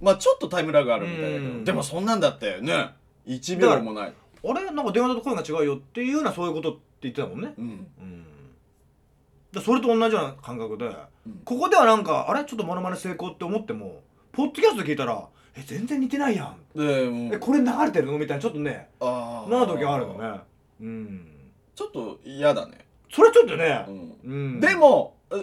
まあちょっとタイムラグあるみたいだけうどんでもそんなんだってね1秒もないあれなんか電話だと声が違うよっていうようなそういうことって言ってたもんね、うんうん、でそれと同じような感覚で、うんここではなんかあれちょっとモノマネ成功って思ってもポッドキャスト聞いたらえ全然似てないやんでもえうこれ流れてるのみたいなちょっとねあーな時あるのねうんちょっと嫌だね、それちょっとねう、んうんでもう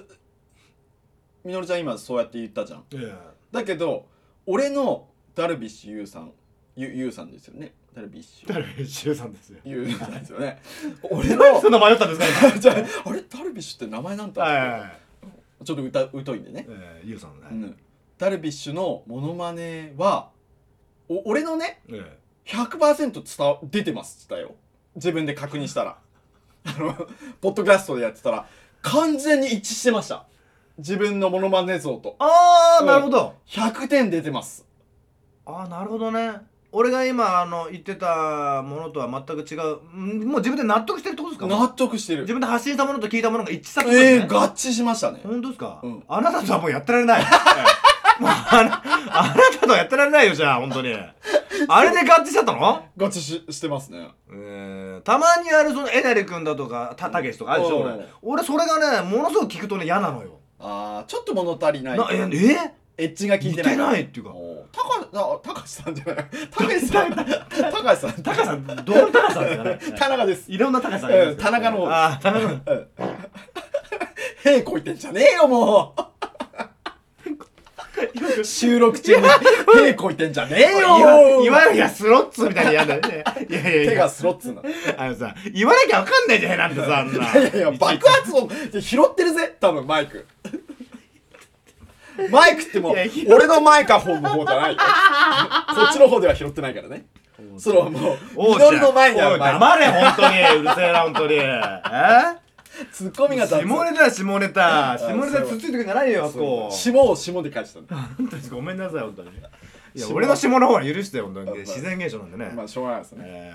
みのりちゃん今そうやって言ったじゃんええだけど俺のダルビッシュ有さんゆゆうさんですよねダルビッシュダルビッシュさんですよゆうさんですよね [LAUGHS] 俺の何そんな迷ったんですか [LAUGHS] じゃああれダルビッシュって名前なん今 [LAUGHS] はいはいだっはいてちょっと歌う疎いんでね、ええゆうさんねう、ん、ダルビッシュのモノマネはお俺のねええ100%伝わ出てますだよ自分で確認したら [LAUGHS] あのポッドキャストでやってたら完全に一致してました自分のモノマネ像とあうあんなるほど、 100点出てますああなるほどね俺が今あの言ってたものとは全く違うんもう自分で納得してるってことですか納得してる自分で発信したものと聞いたものが一致したってことえですえね合致しましたね。本当ですか、うんあなたとはもうやってられない、ええもうあなあなたとはやってられないよじゃあ本当にあれで合致しちゃったの合致ししてますね。えーたまにあるそのえなり君だとかたたけしとかあるでしょうん俺俺それがねものすごく聞くとね嫌なのよああ、ちょっと物足りない。なええエッジが効い似ててないないっていうかおー高あ高橋さんじゃない高橋さん高橋さん高橋さんどの高橋さんですかね田中で [LAUGHS] すいろんな高橋さんがいるんですようん田中の方ああ田中の屁こいてんじゃねえよもう収録中に屁こいてんじゃねえいわよいわゆるやスロッツみたいにやんだよ [LAUGHS] ねいやいやいや手がスロッツなのいあのさ言わなきゃわかんないじゃんなんてさあんなやいや爆発音拾ってるぜ多分マイクマイクってもういや拾っ俺のマイカホンの方じゃないよこっちの方では拾ってないからねそれはもうおう祈りの前にじゃああおるいマイ黙れ本当にうるせえな本当にえクツッコミが雑下ネタだ下ネタそう下ネタつっついてくんじゃないよあそこ下を下で返したんだ本当にごめんなさい本当にいや下俺の下の方は許してよ本当まあに自然現象なんでねまあしょうがないですねえ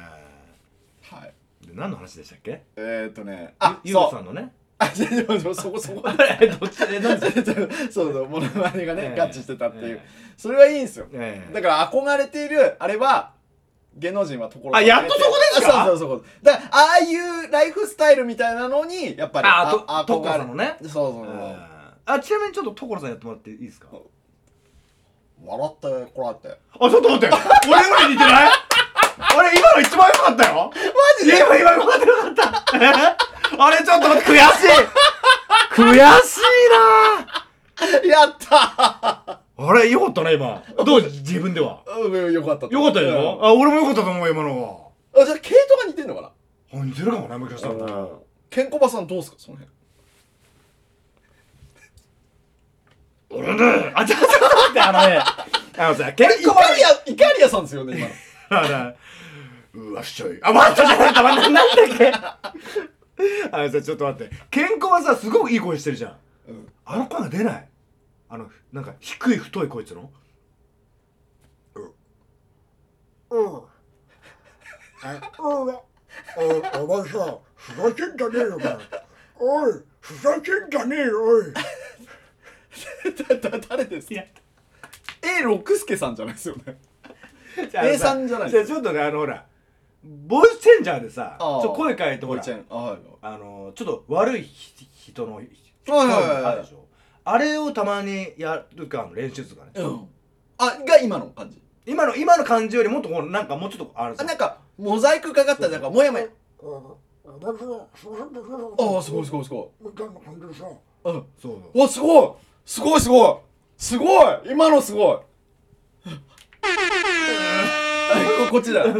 はいーで何の話でしたっけえーっとねあゆゆうこそさうんのねあじゃあでもそこそこ [LAUGHS] えどっちえ何でそうそうモノマネがね、ええ合致してたっていう、ええそれはいいんですよ、ええだから憧れているあれは芸能人はところあやっとそこですかあそうそうそうだからああいうライフスタイルみたいなのにやっぱりあとあ所さんのねそうそうそう、あーあちなみにちょっと所さんやってもらっていいですか笑ってこられてあ、ちょっと待って俺ぐらい似て [LAUGHS] ないあれ、今の一番良かったよマジで今、今良かった良かった [LAUGHS] あれ、ちょっと待って、悔しい悔しいなやったぁあれ、良かったね、今。どう自分では。ーうんよかったと良かったでしょ、あ、俺も良かったと思う、今のうんあじゃあ系統が似てんのかなは。あ、似てるかもね、昔したらね。ケンコバさんどうですかその辺俺ね、あ、ちょっと待って、あのね、あのさ、結イカ構、リアイカリアさんですよね今のあのねうわっしょい。あ、待ったじゃないか、待った、なんだっけあのさ、ちょっと待って。ケンコバさ、すごくいい声してるじゃん。うんあの声が出ないあのなんか低い太い声っつうのうん。あ、うんは、お、お前さ、ふざけんじゃねえよ、お前。おい、ふざけんじゃねえよ、おい。だだ誰ですかいや A 六輔さんじゃないですよねあの A さんじゃないじゃあちょっとねあのほらボイスチェンジャーでさちあーょ声変えてほボイらチェンあはいあのちょっと悪いひ人の声はいはいはいがあるでしょあれをたまにやるかあの練習とかねうんあが今の感じ今の今の感じよりもっとこうなんかもうちょっとあるあさなんかモザイクかかったなんかもやもやうん。お前さ、ふざけんじゃねえあよ。あすごいすごいすごみたいな感じでさ、いうんそうそうわすごいすごいすごいすごい今のすごい [LAUGHS] あここっちだよ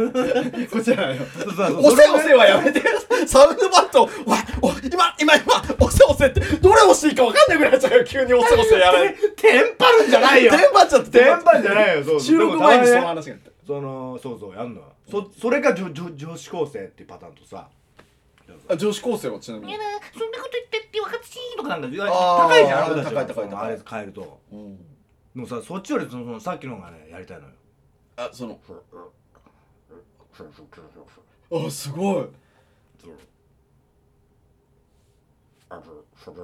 こっちだよそうそうそう押せ押せはやめてサウンドバットわお今今今押せ押せってどれ押していいか分かんなくなっちゃうよ急に押せ押せやれテンパるんじゃないよ電波っちゃってテンパっるんじゃないよそうそう収録前にでそものたま話があったそのそうそうやんのよそそれが女女女子高生っていうパターンとさあ女子高生はちなみいにやだそんなこと言ってって分かってしーとかなんだけどあー高いじゃんあの子たちは高い高い高いあれ変えるとうんでもさそっちよりそのそのさっきの方がねやりたいのよあそのふ、うん。そうそうそうそうそう。あすごいそう。あと、それ、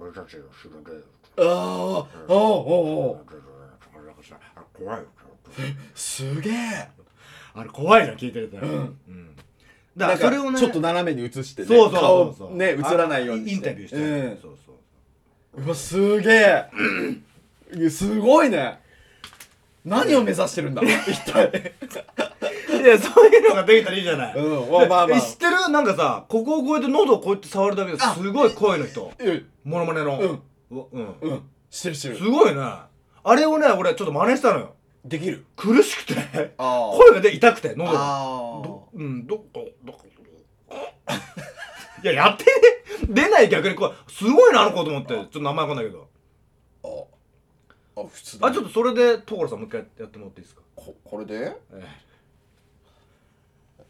俺たちが死ぬで、あーあーおーおそれでなんかさ、あ怖いよ、ちょっーすげえあれ怖いな聞いてるとうんだからそれをねちょっと斜めに映してねそうそうそうそう顔ね映らないようにあインタビューしてうんそうそううわすげえいやすごいね何を目指してるんだ一体いやそういうのができたらいいじゃないうんまあまあ [LAUGHS] [LAUGHS] まあで知ってるなんかさここをこうやって喉をこうやって触るだけですごい声の人うんモノマネのうんうんうんしてるしてするごいねあれをね俺ちょっと真似したのよできる苦しくてあー声がで痛くて喉があどうんどどどこ [LAUGHS] いややってね出ない逆にこうすごいなあの子と思ってちょっと名前わかんないけどーああ普通だあちょっとそれで所さんもう一回やってもらっていいですかここれでえ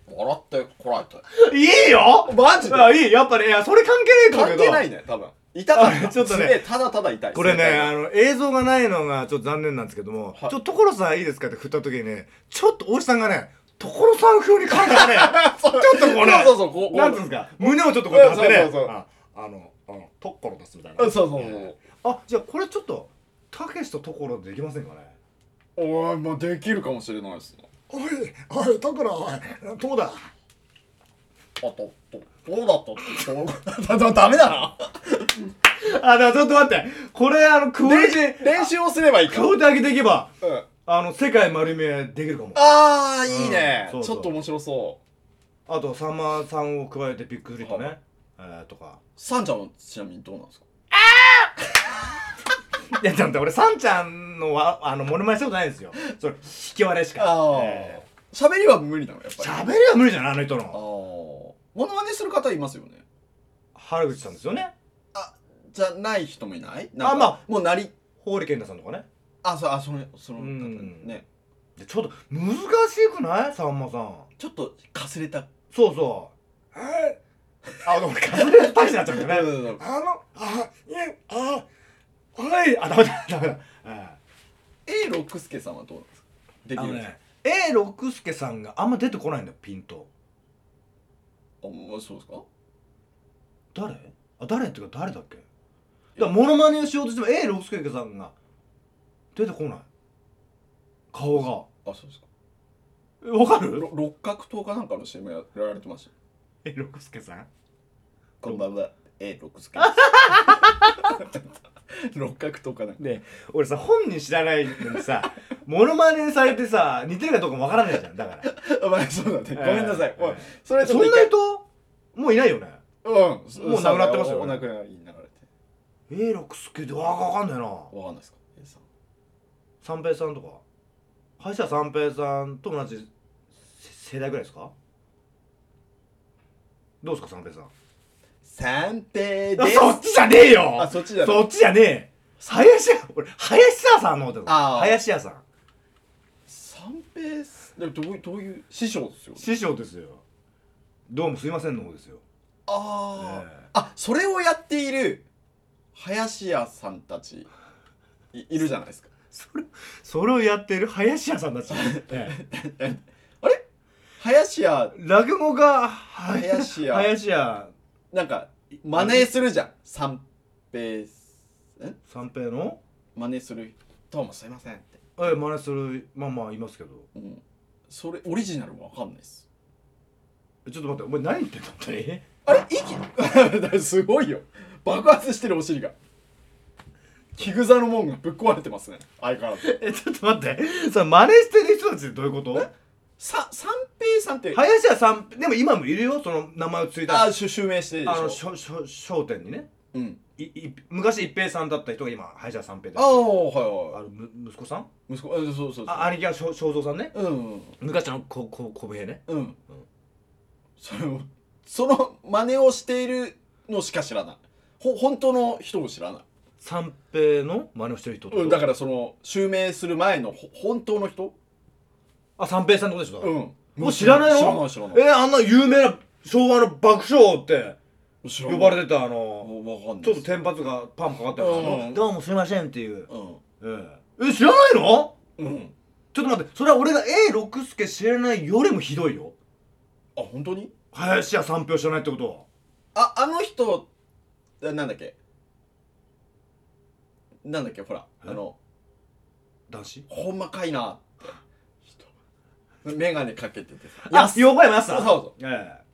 笑ってこられてえいいよマジであいいやっぱねいやそれ関係ねえと思関うけ係どないね多分痛かったあちょっとねすげえただただ痛いこれすげねえあの映像がないのがちょっと残念なんですけども、はいちょっと所さんいいですかって振った時にねちょっと大石さんがね所さん風に感じたね [LAUGHS] ちょっとこうねそうそうそうこうなんつうんですか胸をちょっとこうやってねそうそうそうああのあのとっころですみたいなそうそうそうあじゃあこれちょっとたけしとところできませんかねおいまあできるかもしれないですねと。おい、おい、ところ、おい、どうだ。あととどうだった [LAUGHS] だだダメだなあだからちょっと待ってこれあのクオリテ練練習をすればいいィかクオリティ上げていけばうんあの世界丸見えできるかもああいいね、うんそうそうちょっと面白そうあとさんまさんを加えてビッグフリットねえーとかサンちゃんはちなみにどうなんですかいやだって俺さんちゃんのわあのモノマネしたことないんですよそれ引き割れしかああえ喋、りは無理なのやっーぱりあ喋りは無理じゃないあの人あのモノマネする方いますよね原口さんですよねじゃない人もいないあまあもうなり堀健太さんとかねあそうあそのその方うんねでちょっと難しくないさんまさんちょっとかすれたそうそうえーあ、でも俺、カズレーザーパイになっちゃうんだよね。うんあの、あ、いえ、あ、はい、あ、ダメだ、ダメだ。え A 六輔さんはどうなんですかでえあきのるんですかね、A 六輔さんがあんま出てこないんだよ、ピンと。あもうそうですか誰あ、誰っていうか誰だっけだから、モノマネをしようとしても A 六輔さんが出てこない。顔が。あそうですかえわかるろ六角塔かなんかの CM やられてました ?A 六輔さんこんばんは A 六輔です六角塔かなんかで、俺さ、本人知らないのにさ、 [LAUGHS] モノマネされてさ、似てるかどうかもわからないじゃん、だ [LAUGHS] から。あまあそうだねごめんなさい、えーおいそれちそょんっなと一回人もういないよねうんもう亡くなってますよおお亡くなりになられて A 六輔でわわかんないなわかんないですか A さん三平さんとか歯医者三平さんと同じせ世代ぐらいですかどうですか三平さん三平あですそっちじゃねえよあそっちじゃないそっちじゃねえ林家俺林家さんの方だとあー林家さん三平すでもどういうどういう師匠ですよね師匠ですよどうもすいませんの方ですよあー、ええあそれをやっている林家さんたちいいるじゃないですかそれそれをやってる林家さん [LAUGHS] たち、ええあれ林家落語がは林家林家なんか真似するじゃん三平すん三平の真似するどうもすいませんって、ええ真似するまあまあいますけどうん、それオリジナルわかんないですちょっと待って、お前何言ってんだってあれ息 [LAUGHS] すごいよ爆発してるお尻がキグザの門がぶっ壊れてますね相変わらずえ、ちょっと待って。その真似してる人たちってどういうことさ三平さんって、林家さん、でも今もいるよ、その名前をついた。あああ襲名してでしょの、しょ、しょ、商店にね。うんい、い、昔一平さんだった人が今、林家三平あだ。ああはいはいの、む、息子さん息子あそうそうそうあ、兄貴が正蔵さんね。うん昔のこ、こ、小兵ね。うん、うん、それをその真似をしているのしか知らないほ本当の人を知らない三平の真似をしてる人ってことうん、だからその襲名する前のほ本当の人あ、三平さんってことでしょ。だからんもう知らないの知らない知らないえ、あんな有名な昭和の爆笑って知らない呼ばれてたあの、もうわかんないちょっと天髪がパンパンかかってるあうのんどうもすいませんっていう。うえええ知らないのんうんちょっと待ってそれは俺が A 六輔知らないよりもひどいよあ本当に林家三票知らないってことああの人あなんだっけなんだっけほらえあの男子ほんまかいなって [LAUGHS] 人眼鏡かけててさあ横山やすそうさそうそうえ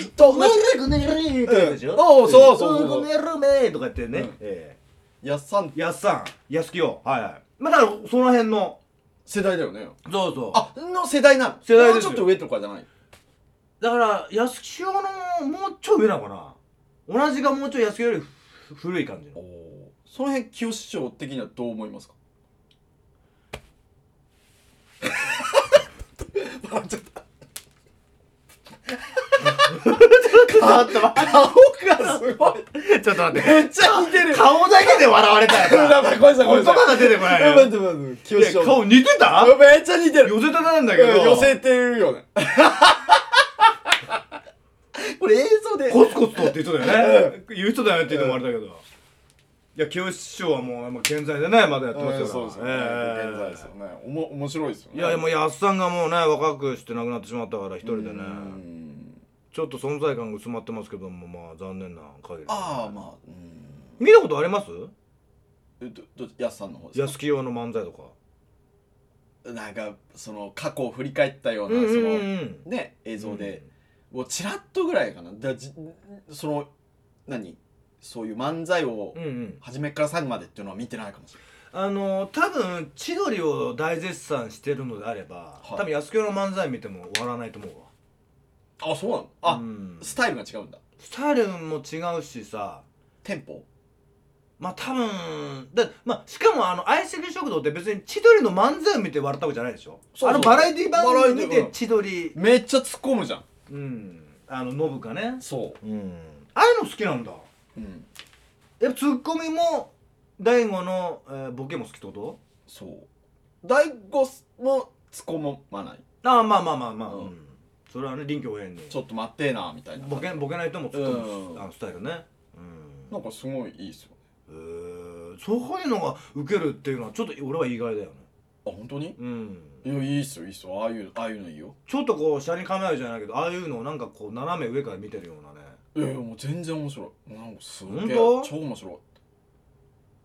いっとえねるねるってやつでしょうんおうそうそうそううんねるめとか言ってねうんえやっさんえやすさんやすきよはいはいまあだからその辺の世代だよねそうそうあの世代なの世代もですうちよょっと上とかじゃないだからやすきよのもうちょい上なのかな同じがもうちょいやすきよよりふ古い感 [LAUGHS] じのその辺清志匠的にはどう思いますか笑っちゃったちょっと待っ顔がすごいてちょっと待ってめっちゃ似てる顔だけで笑われたよなごめんなさいご言めんな葉さが出てこないいよや待って待って清い志や匠顔似てためっちゃ似てる寄せたなんだけどうん寄せてるよね [LAUGHS] これ映像でコツコツとって言う人だよね言う人だよねって言うのもあれだけどいや清志師匠はもう今健在でねまだやってますうよんそうですよねええ現在ですよねおも面白いですよいねやいやもううやっさんがもうね若くして亡くなってしまったから一人でねんちょっと存在感が薄まってますけどもまあ残念な限りああまあうん見たことありますえどどやすさんの方ですか安木用の漫才とかなんかその過去を振り返ったよううな、んうんうそのんね映像で、もうちらっとぐらいかなだじその何そういう漫才をうんうん初めから最後までっていうのは見てないかもしれないあの多分千鳥を大絶賛してるのであれば、はい多分安清の漫才見ても終わらないと思うわあそうなのあ、うんスタイルが違うんだスタイルも違うしさテンポまあ多分だ、まあ、しかもあの相席食堂って別に千鳥の漫才を見て笑ったわけじゃないでしょそうそうあのバラエティ番組を見バラエティて千鳥めっちゃ突っ込むじゃんうんあのノブかねそうんああいうの好きなんだううんやっぱツッコミも大悟の、えーボケも好きってことそう大悟も突っ込まないああまあまあまあまあ、うんうんそれはね臨機応変にちょっと待ってーなみたいなボケボケないともツッコむ、うんあのスタイルねうなんかすごいいいですよねんへえそういうのが受けるっていうのはちょっと俺は意外だよねあ本当にうんいやいいっすよいいっすよああいうああいうのいいよちょっとこう車に構えるじゃないけどああいうのをなんかこう斜め上から見てるようなねいやいやもう全然面白いなんかすげえ本当超面白い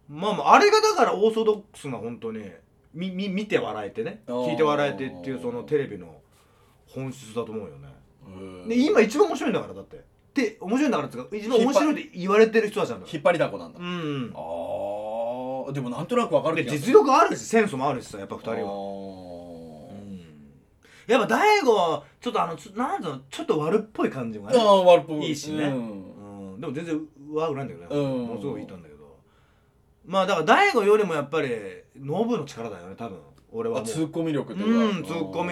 まあまああれがだからオーソドックスな本当にみみ見て笑えてねあー聞いて笑えてっていうそのテレビの本質だと思うよねへえで今一番面白いんだからだってで面白いんだからっていうか一番面白いって言われてる人たちなんだか引っ張りだこなんだらうんあーでもなんとなくわかるで気がす実る力あるしセンスもあるしさやっぱ二人あはうーんやっぱ大悟はちょっとあのちょなんだろうちょっと悪っぽい感じもねあーワルポいいしねうんうんでも全然悪くないんだけどね、うんものすごいいいたんだけどまあだから大悟よりもやっぱりノブの力だよね多分俺はあもうツッコミ力とかうんツッコミ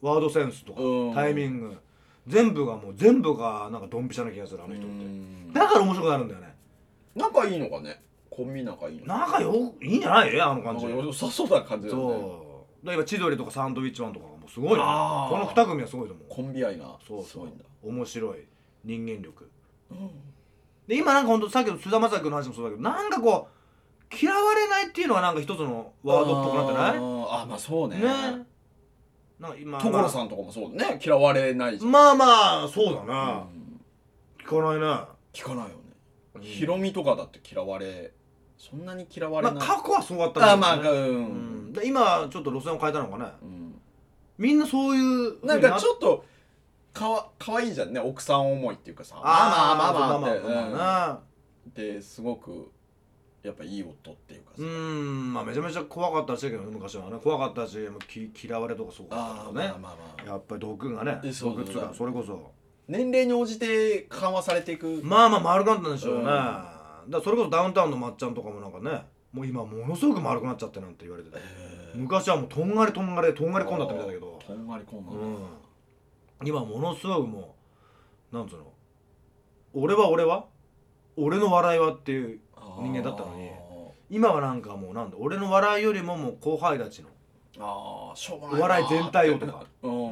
ワードセンスとかうんタイミング全部がもう全部がなんかドンピシャな気がするあの人ってうんだから面白くなるんだよね仲いいのかねコンビ仲いいの仲よいいんじゃないあのな感んじか良さそうな感じだよねそうだから今千鳥とかサンドウィッチマンとかもすごいよねあーこの2組はすごいと思うコンビ愛がすそうそごいんだう面白い人間力うんで今なんかほんとさっきの菅田将暉の話もそうだけどなんかこう嫌われないっていうのがなんか一つのワードっぽくなってなあーあまあそうねいねなんか今所さんとかもそうだね嫌われないじゃんまあまあそうだな、うん聞かないな聞かないよねうんヒロミとかだって嫌われそんなに嫌わまれあない過去はそうだったあんまだあけどねううんんで今ちょっと路線を変えたのかねうんみんなそういうなんかちょっょっとかわかわいいじゃんね奥さん思いっていうかさとまああまあまあまあそうだまあまあまあなってうんですごくやっぱいい夫っていうかうさんまあめちゃめちゃ怖かったらしいけどね昔はね怖かったしもうき嫌われとかそうだったあとーかねまあまあまあやっぱり毒がねえそう毒っつうかそれこそ年齢に応じて緩和されていくまあまあ丸くなったんでしょうね、うんだからそれこそダウンタウンのまっちゃんとかもなんかねもう今ものすごく丸くなっちゃってなんて言われてて昔はもうとんがりとんがりでとんがり込んだったみたいだけどとんがりこんなうんん今ものすごくもうなんつうの俺は俺は俺の笑いはっていう人間だったのに今はなんかもうなんだ俺の笑いよりももう後輩たちのあーしょうもないお笑い全体をとか、ううんん、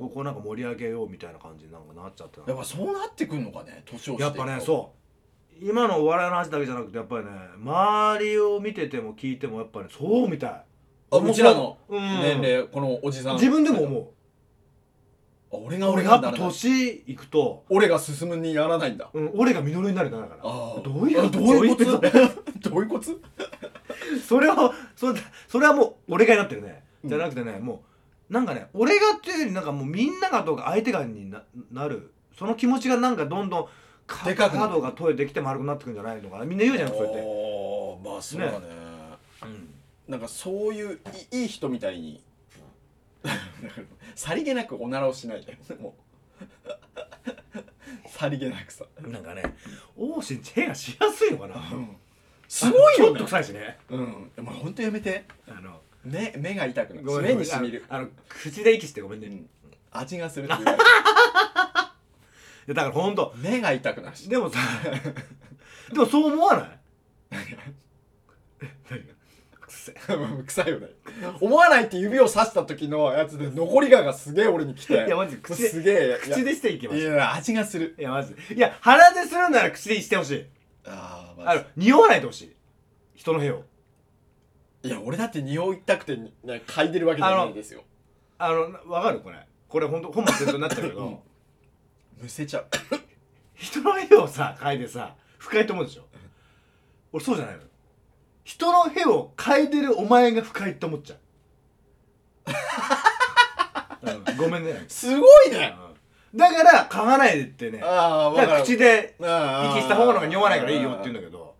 ここなんか盛り上げようみたいな感じになんかなっちゃってやっぱそうなってくんのかね年をしてやっぱねそう今のお笑いの話だけじゃなくてやっぱりね周りを見てても聞いてもやっぱり、そうみたいあうちらのうん年齢、このおじさん自分でも思うあ俺が俺俺やなっんだぱな俺年いくと、が進むにやらないんだうん、俺が実りになるようになるからあーどういうあどういうこどとう [LAUGHS] どういうことそれはそれそれはもう俺がになってるねうんじゃなくてね、もうなんかね俺がっていうよりなんかもうみんながとか相手がにななるその気持ちがなんかどんどんかでかくなる角が取れてきて丸くなってくんじゃないのかなみんな言うじゃんそうやって、おーまあそうだねうんなんかそういういいいい人みたいに [LAUGHS] さりげなくおならをしないでもう [LAUGHS] さりげなくさ、なんかね、王子手がしやすいのかな。うん、すごいちょよっねと臭いしね。うんもうほんとやめてあの、目目が痛くなごるめ目んにしみるあの、あの口で息してごめんうね。いん味がするっていうやだからほんと、目が痛くなるし [LAUGHS] でもさ、でもそう思わない何がくせえ臭いよね思わないって指を刺した時のやつで残りががすげえ俺に来て [LAUGHS] いやマジ口すげえ口でしていきまいす。やいや味がするいやマジいや鼻でするなら口でしてほしいあーまああの匂わないでほしい人の部屋をいや俺だって匂いたくて、ね、嗅いでるわけじゃないですよあのわかるこれこれほんと本末転倒になっちゃうけど、うんむせちゃう人の屁をさ嗅いでさ不快と思うでしょ俺そうじゃないの人の屁を嗅いでるお前が不快って思っちゃう、うんごめんね [LAUGHS] すごいねうんだから嗅がないでってねだああか分からる口で息息した方の方が匂わないからいいよって言うんだけど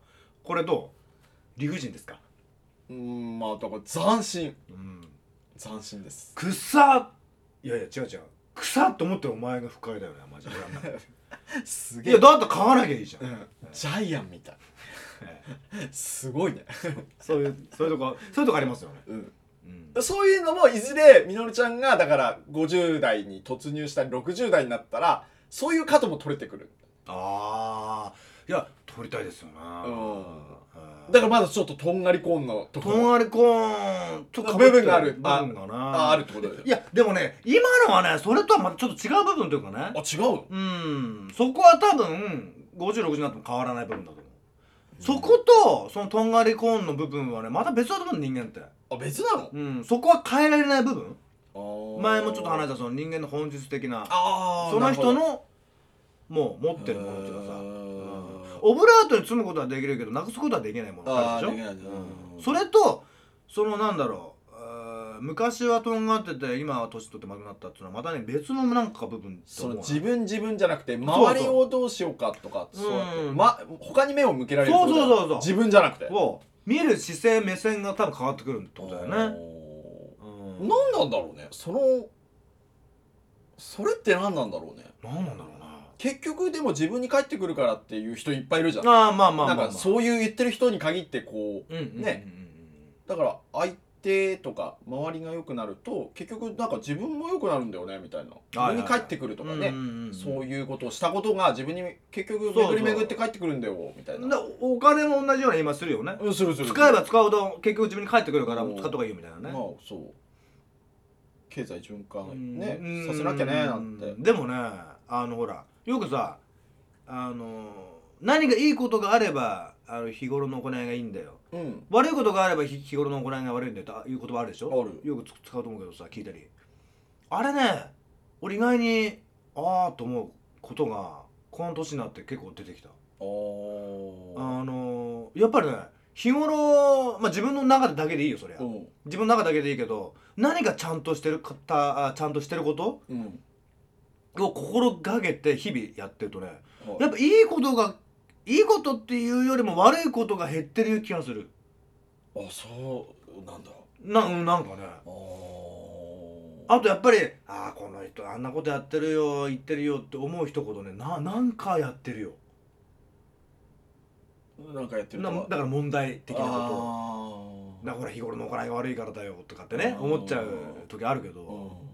これどう理不尽ですかうんまあだから斬新うん斬新ですくっさいやいや違う違うくさっと思ってるお前が不快だよねマジですいげえやだったら嗅がなきゃいいじゃん、うんジャイアンみたいええすごいね、そういうそういうとこそういうとこありますよね、うん、うんそういうのもいずれみのるちゃんがだから50代に突入したり60代になったらそういう角も取れてくるああいや取りたいですよねうんうんだからまだちょっととんがりコーンのとことんろがりコーンとか部分がある部分がなああるってことだよいやでもね今のはねそれとはまたちょっと違う部分というかあね違うのうんそこは多分5060になっても変わらない部分だと思うそことそのとんがりコーンの部分はねまた別だと思う人間ってあ別なのうんそこは変えられない部分前前もちょっと話したその人間の本質的なああその人っのもう持ってるものっていうかさうんさオブラートに積むことはできるけどなくすことはできないものあああるでできしょないねうんそれとそのなんだろうあー昔はとんがってて今は年取ってまくなったっていうのはまたね別のなんか部分ってそ思のうな自分自分じゃなくて周りをどうしようかとかそうそうやってうんま他に目を向けられるってことだよそうそうそうそう自分じゃなくてを見る姿勢目線が多分変わってくるってことだよねおーうん何なんだろうねそのそれって何なんだろうねなんなんだろうな結局でも自分に返ってくるからっていう人いっぱいいるじゃんああまあまあまなあんまあかそういう言ってる人に限ってこううんうんねだから相手とか周りが良くなると結局なんか自分も良くなるんだよねみたいな自はいはい分に返ってくるとかねそういいうことをしたことが自分に結局そうそう巡り巡って返ってくるんだよみたいなだお金も同じような言い方するよねうんするする使えば使うほど結局自分に返ってくるからうん使った方がいいよみたいなまあねそう経済循環うんねさせなきゃねなんてでもねあのほらよくさあの何かいいことがあればあの日頃の行いがいいんだようん悪いことがあれば日日頃の行いが悪いんだよという言葉あるでしょあるよくつ使うと思うけどさ聞いたりあれね俺意外にああと思うことがこの年になって結構出てきたあーあのやっぱりね日頃、まあ、自分の中だけでいいよそりゃ、うん自分の中だけでいいけど何かちゃんとしてる方あちゃんとしてることうんを心がけて日々やってるとねはいやっぱいいことがいいことっていうよりも悪いことが減ってる気がするあそうなんだなうんなんかねあーあとやっぱり「ああこの人あんなことやってるよ言ってるよ」って思う一言ねななんかやってるよなんかやってるなとだから問題的なことをあーだからほら日頃の行いが悪いからだよとかってねあー思っちゃう時あるけど、うん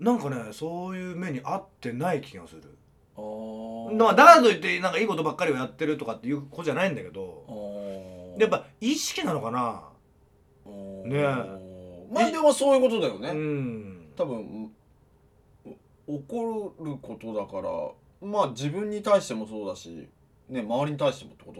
なんかねそういう目に合ってない気がするあーだからだからといってなんかいいことばっかりをやってるとかっていう子じゃないんだけあどーやっぱ意識なのかなあーねまあでもそういうことだよね、うん多分お怒ることだからまあ自分に対してもそうだし、ね、周りに対してもってこ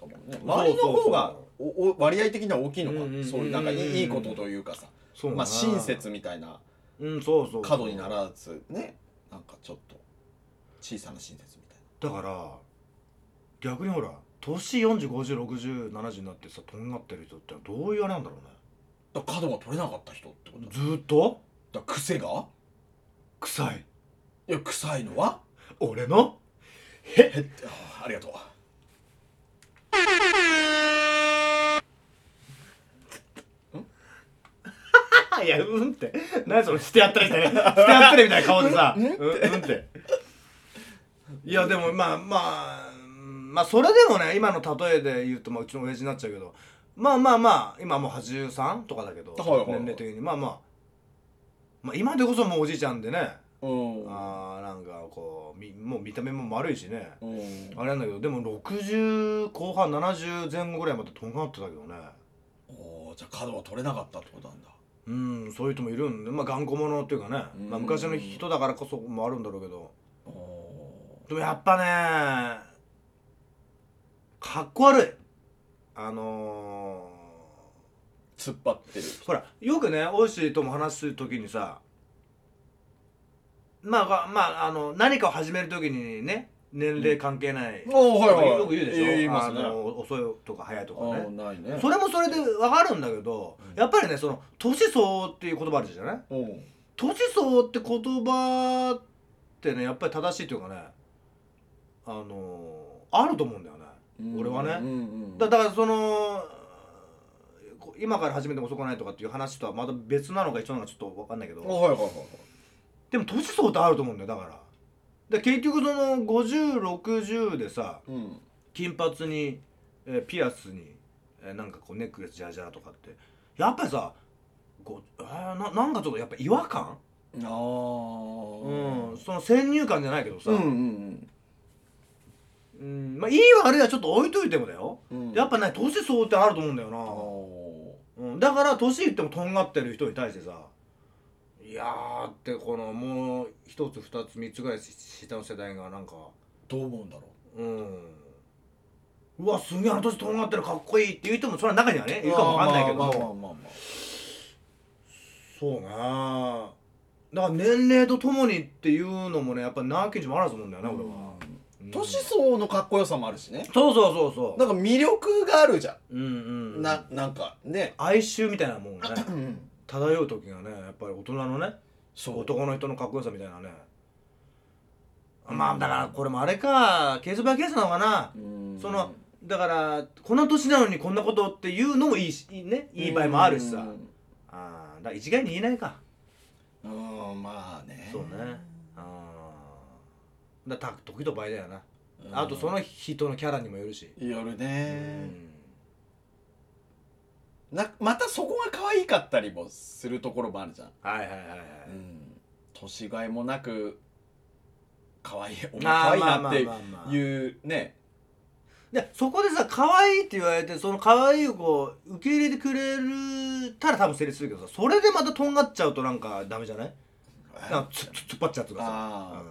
とだもんね周りの方がおお割合的には大きいのか、うんうんうんうんそういうなんかいいいいことというかさ、そうねまあ、親切みたいなうんそうそう角にならずねなんかちょっと小さな親切みたいだから逆にほら年40506070になってさとんがってる人ってどういうあれなんだろうなだから角が取れなかった人ってことねだずーっとだから癖が臭いいや臭いのは俺のあーありがとうあいやうんって何それしてやったりして [LAUGHS] ねしてやったりみたいな顔でさうんうんっていやでもまあまあうんまあそれでもね今の例えで言うと、まあ、うちの親父になっちゃうけどまあまあまあ今もう83とかだけど、はいはいはい年齢的にまあまあまあ今でこそもうおじいちゃんでねうんあーなんかこうみもう見た目も丸いしねうんあれなんだけどでも60後半70前後ぐらいまでとんがってたけどねおーじゃあ角は取れなかったってことなんだうんそういう人もいるんでまあ頑固者っていうかね、うんまあ、昔の人だからこそもあるんだろうけどおでもやっぱねかっこ悪いあの突っ張ってるーほらよくねおいしいとも話す時にさまあがまああの何かを始める時にね年齢関係ない、おおよく言うでしょ言いますねあの遅いとか早いとかーねないねそれもそれで分かるんだけど、うんやっぱりねその年相応っていう言葉あるじゃないうん年相応って言葉ってねやっぱり正しいというかねあのあると思うんだよね俺はねうんうんだだからそのこ今から始めても遅くないとかっていう話とはまた別なのか一緒なのかちょっと分かんないけあどはいはいはいでも年相応ってあると思うんだよだからで結局その5060でさはいうん金髪に、えーピアスに、えーなんかこうネックレスジャラジャラとかってやっぱりさこうあーななんかちょっとやっぱ違和感、ああうん、その先入観じゃないけどさ、うんうんうんまあ、いい悪いはちょっと置いといてもだよ、うんうんやっぱね年相応ってあると思うんだよあな、ーうん、だから年いってもとんがってる人に対してさ「いやー」ってこのもう一つ二つ三つぐらい下の世代がなんかどう思うんだろうんうわすげえあの年とんがってるかっこいいっていう人もそれは中にはねういるかもわかんないけどまあまあまあもまあまあそうなだから年齢とともにっていうのもねやっぱ何件にもあらずもんだよね俺は、ううんん年相応のかっこよさもあるしねそうそうそうそなんか魅力があるじゃううんうんんななんかね哀愁みたいなもんがねうん漂う時がねやっぱり大人のねそう男の人のかっこよさみたいなねまあだからこれもあれかケースバイケースなのかなうんそのだからこの年なのにこんなことっていうのもいいしいいねいい場合もあるしさうんあーだから一概に言えないかうんまあねそうねあーだから時と場合だよなうんあとその人のキャラにもよるし夜うねんなまたそこが可愛かったりもするところもあるじゃんはいはいはいはういん年がいもなく可愛いお前可あ愛ーいまあなまっあてまあまあいうねでそこでさ可愛いって言われてその可愛いをこう受け入れてくれるたら多分成立するけどさそれでまたとんがっちゃうとなんかダメじゃないなんかつつ突っ張っちゃうとかさ、うん、いあ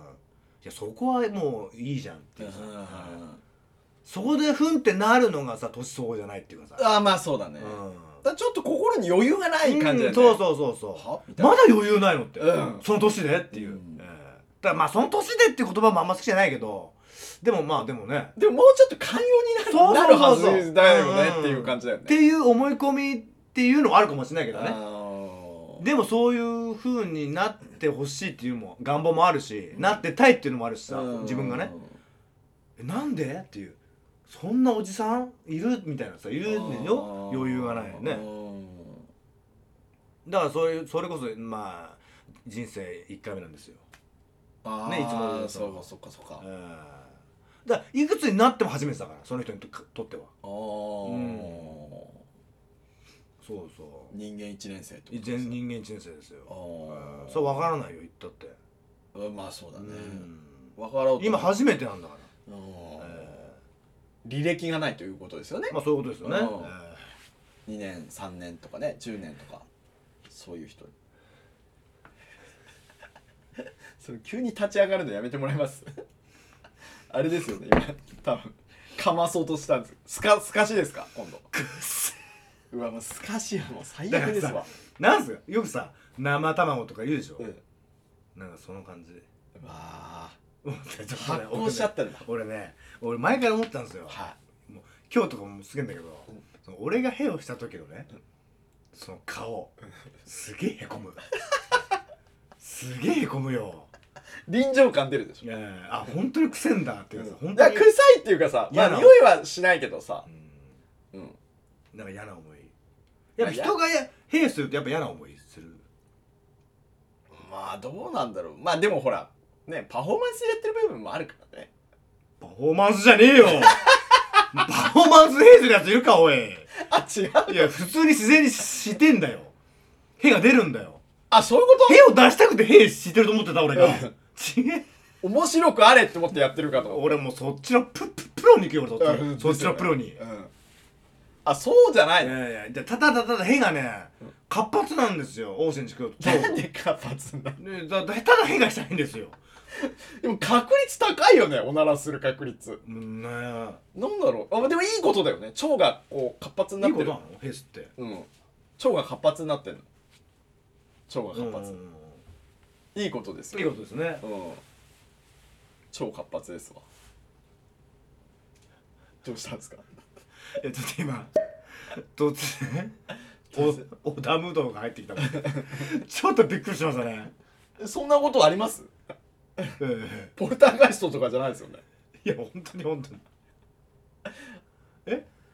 やそこはもういいじゃんってーいうさ、うんそこでふんってなるのがさ年相応じゃないっていうかさ、あーまあそうだねうだんからちょっと心に余裕がない感じだうよねんそうそうそうそうはみたいまなだ余裕ないのって、うんその年でっていう、うんええだからまあその年でっていう言葉もあんま好きじゃないけどでもまあでもねでももうちょっと寛容になるなるそうはそうそうそうずだよねうんっていう感じだよってねいう思い込みっていうのはあるかもしれないけどねあでもそういう風になってほしいっていうのも願望もあるし、なってたいっていうのもあるしさ、ー自分がね「えなんで?」っていう「そんなおじさんいる?」みたいなさいるでしょ余裕がないよねうんだからそういうそれこそまあ人生1回目なんですよ、あーねいつもそうかそうかそうかうんだからいくつになっても初めてだからその人にととってはあーそうそう人間一年生ってことですか全人間1年生ですよあうんあそれ分からないよ言ったって、うんまあそうだねうん分からうと今初めてなんだから、うんえ履歴がないということですよねえまあそういうことですよね、うんええ2年3年とかね10年とかそういう人 [LAUGHS] それ急に立ち上がるのやめてもらえます [LAUGHS] あれですよね今多分かまそうとしたんですすかすかしですか今度うわもうすかしはもう最悪ですだかわらなんすかよくさ生卵とか言うでしょ、うんなんかその感 [LAUGHS] じうわー発発酵しちゃったんだ俺ね俺前から思ったんですよは今日とかもすげえんだけど、んその俺がヘをした時のね、うんその顔すげえへこむすげえへこむよ、い臨場感出るでしょええあ本当にくせんだっていうさ、うん本い当やに臭いっていうかさまあ嫌な匂いはしないけどさううんんなんか嫌な思いやっぱ人がやヘするとやっぱ嫌な思いするまあどうなんだろうまあでもほらねパフォーマンスやってる部分もあるか [LAUGHS] らねパフォーマンスじゃね [LAUGHS] えよパフォーマンスヘするやついるかおいあ違ういや、普通に自然にしてんだよ。屁が出るんだよ。あそういうこと屁を出したくて屁してると思ってた俺が。ちげ面白くあれって思ってやってるかと思っ俺もうそっちのプププロに行くよ、俺たそっちの。そっちのプロに。いうんあそうじゃないのやいや、じゃあただただただ屁がね、活発なんですよ、大仙地区。そう。なんで活発なのねだだただ屁がしたいんですよ。でも確率高いよねおならする確率うんねなんだろうあでもいいことだよね腸がこう活発にないっいてこるとなの屁吸って。うん腸が活発になってるの腸うがん活発いいことですいいよことですね。うん超活発ですわどうしたんですかえ、ちょっと今、突然、お織田無道が入ってきたのちょっとびっくりしましたね、そんなことありますえポルターガイストとかじゃないですよねえいや本当に本当に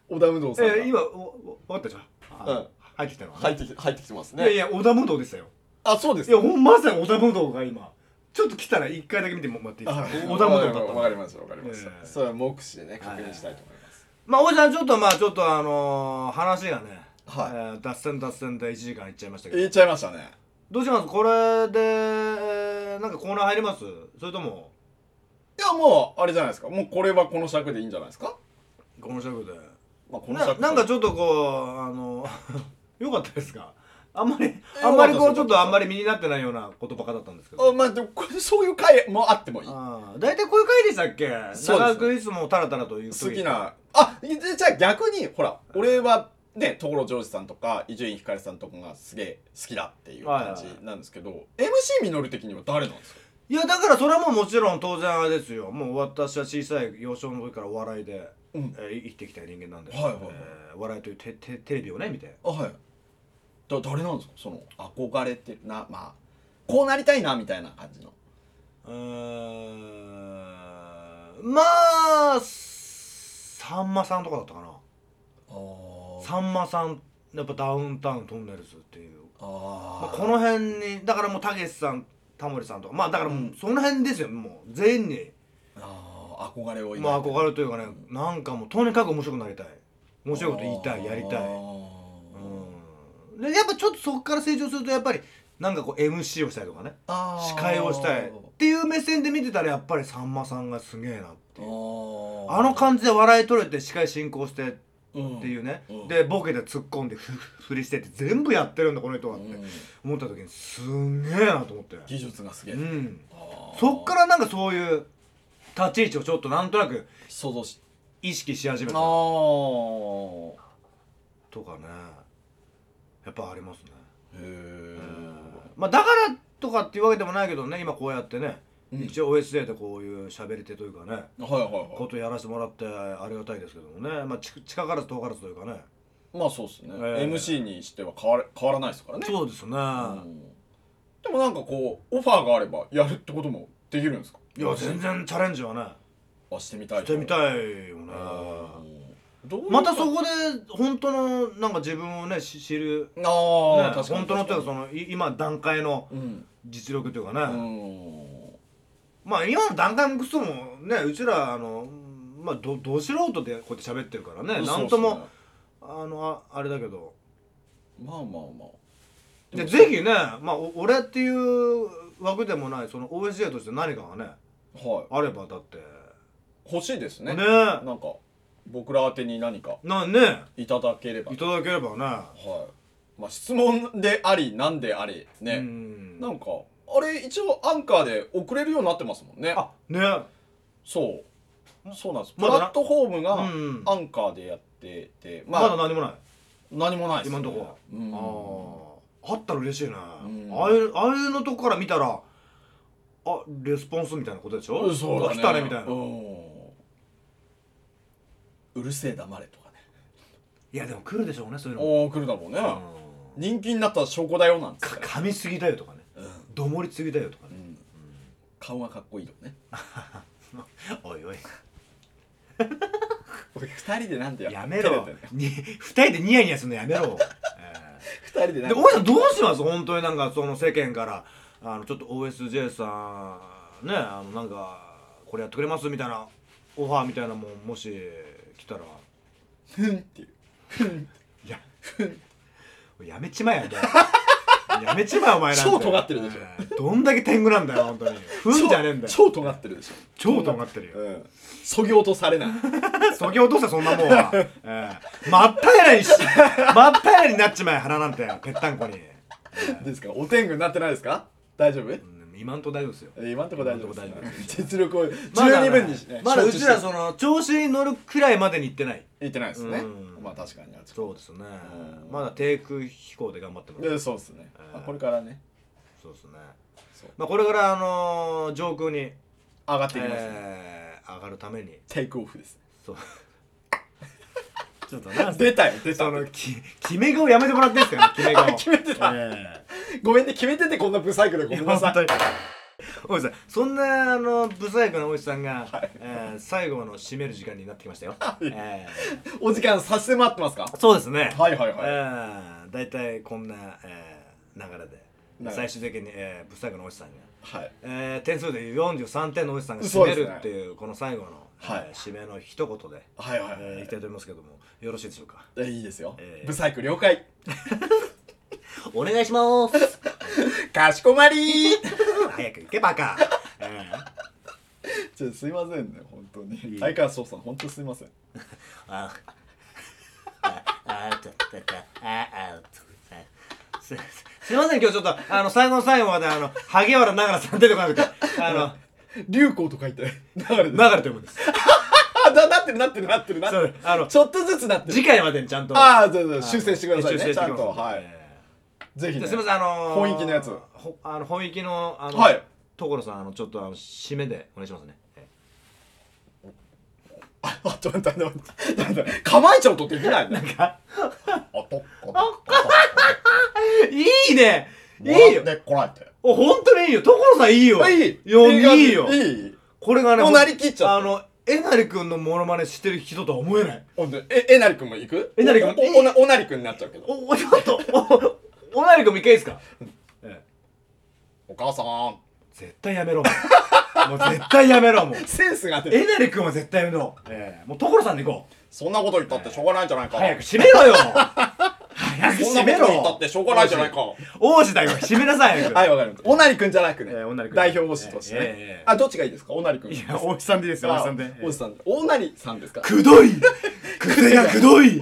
織田無道さんが、ええ今おお分かったじゃんあうん入ってきたのはね入ってき入ってきてますいやいねや織田無道でしたよあそうですいやほんまさに織田武道が今ちょっと来たら一回だけ見てもらっていいですか織田武道だったわかりすましたわかりました、ええそれは目視でね確認したいと思います、まあおじさんちょっとまあちょっとあのー話がね、はいえー脱線脱線で1時間いっちゃいましたけど言っちゃいましたねどうしますこれでえーなんかコーナー入りますそれともいやもうあれじゃないですかもうこれはこの尺でいいんじゃないですか、この尺でまあ、このな尺なんかちょっとこうあの [LAUGHS] よかったですかあんまりあんまりこうちょっとあんまり身になってないようなことばっかだったんですけどあまあでもこれそういう回もあってもいい好あー大体こういう回でしたっけすね長くいつもタラタラという時きなあじゃあ逆にほら俺はね所ジョージさんとか伊集院光さんとかがすげえ好きだっていう感じなんですけど、MC みのる的には誰なんですかいやだからそれはもうもちろん当然あれですよもう私は小さい幼少の時からお笑いで、うんえー生きてきた人間なんで、はいはいはいえーお笑いというテテテレビをね見てあはいだ誰なんですかその憧れてるなまあこうなりたいなみたいな感じのうーんまあさんまさんとかだったかなあさんまさんやっぱダウンタウントンネルズっていう、まあ、あこの辺にだからもうたけしさんタモリさんとかまあだからもううんその辺ですよもう全員に、あー憧れをまあ、れ憧れというかねなんかもうとにかく面白くなりたい面白いこと言いたいやりたいうんでやっぱちょっとそこから成長するとやっぱりなんかこう MC をしたりとかね司会をしたいっていう目線で見てたらやっぱりさんまさんがすげえなっていうああの感じで笑い取れて司会進行してっじっていうね、うんでボケで突っ込んでふふりしてって全部やってるんだこの人はって思った時にすんげえなと思って、技術がすげえ、うん、あーそっからなんかそういう立ち位置をちょっとなんとなく想像し意識し始めあたーとかねやっぱありますねへえまあだからとかっていうわけでもないけどね今こうやってね、うん一応 OSA でこういう喋り手というかねはいはいこはとやらせてもらってありがたいですけどもね、まあ、ち近からず遠からずというかねいまあそうですね、えー MC にしては変われ変わらないですからねそうですね、うんでもなんかこうオファーがあればやるってこともできるんですかいや全然チャレンジはねあしてみたいしてみいたいよねどういうまたそこで本当のなんか自分をねし知る、あね、ー確かに本当のというかそのい今段階のうん実力というかうね、んまあ今の段階もクソもねうちらあのまあどど素人でこうやって喋ってるからねそうなっすんねともあのああれだけどまあまあまあでぜひね、まあ、お俺っていう枠でもないその OSA として何かがねひはあればだってい欲しいですねねなんか僕ら宛てに何かなねいただければいただければねはいまあ質問でありなんでありね、うんなんかあれ一応アンカーで送れるようになってますもんねあねそうそうなんです、まだプなラットフォームがうんアンカーでやってて、ままだあ何もない何もないです、今んとこはうんあああったら嬉しいねんああいうああいうのとこから見たらあレスポンスみたいなことでしょそうだね来たねみたいなうんうるせえ黙れとかねいやでも来るでしょうねそういうのもおお来るだろうね、うん人気になった証拠だよなんつってか噛みすぎだよとかねうんどもりすぎだよとかうねん顔がかっこいいとかねおいおい俺二人でなんてややめろ [LAUGHS] 照れてんのに二人でニヤニヤするのやめ [LAUGHS] ろ、え二人でーなんでか大井さんどうします本当になんかその世間からあのちょっと OSJ さんねあのなんかこれやってくれますみたいなオファーみたいなもんもし来たらふんっていういや [LAUGHS] やめちまえやもうやめちまえお前なん [LAUGHS] て超尖ってるでしょえーどんだけ天狗なんだよ本当にふんじゃねえんだよ超超尖ってるでし超尖ってるよょうんそぎ落とされないそぎ落としたそんなもんは、ええ真っ平らにし真っ平らになっちまえ鼻なんてぺったんこに、ですからお天狗になってないですか大丈夫うん今んとこ大丈夫ですよ今んとこ大丈夫今んとこ大丈夫です実力を十まだね二分にしねまだう承知しちてらその調子に乗るくらいまでに行ってない言ってないですねうんまあ確かにあつそうですねうんまだ低空飛行で頑張ってますでそうですねうんまあこれからねそうですねそうまあこれからあのー上空に、上がっていきますねえー上がるためにテイクオフですそう [LAUGHS] ちょっとな出たよ出たそのき決め顔やめてもらっていいですかね [LAUGHS] 決め顔決めてたえごめんね決めててこんなブサイクでごえめんなさい本当におじさんそんなあのブサイクなおじさんが、はいえー最後の締める時間になってきましたよ、えお時間差し迫ってますかえそうですねはいはいはい、えー、大体こんな、えー、流れで流れ最終的に、えー、ブサイクのおじさんが、はいえー、点数で43点のおじさんがそ締うめですねるっていうこの最後の、はいえー締めの一言で、はいはいはい、えー、いきたいと思いますけどもよろしいでしょうかえいいですよ、えーブサイク了解お願いしますかしこまり早く行けバカ、えーちょすいませんね本当にいえ相川翔さん本当すいませんあああたたたああすすいません今日ちょっとあの最後の最後まであの萩原ながらさん出てこなくてあの流行と書いて流れで流すれてるんですあだなってるなってるなってるなってそうるあのちょっとずつなってる次回までにちゃんとああそうそう修正してください修ね正しちてゃきんますとはいえぜひーねですいませんあのー、本域のやつほあの本域のあの、はい所さんあのちょっとあの締めでお願いしますねえあちょっと待って待って待って構えちゃうとできないねーああとっこといいねいいよでこらえてお本当にいいよ所さんいいよあいいよいいよいいこれがねもうなりきっちゃあってのえなりくんのモノマネしてる人とは思えないほんでええなりくんも行くえなりくんおおおなおなりくんになっちゃうけどおおちょっとおおなりくんも一回いいですか、ええお母さん絶対やめろもうもう絶対やめろもうセンスが出てるえなりくんは絶対やめろ、ええもう所さんで行こうそんなこと言ったってしょうがないんじゃないか早く閉めろよ早くそん閉めなこと言ったろってしょうがないじゃないか王子だよ閉めなさい [LAUGHS] 早くはいわかりま [LAUGHS] したおなりくんじゃなくねえーおなりくん代表王子としてえーえねーえーあどっちがいいですかおなりくんいや王子さんでいいですよ王子さんで、あええ王子さんおなりさんですかくどい癖がくどい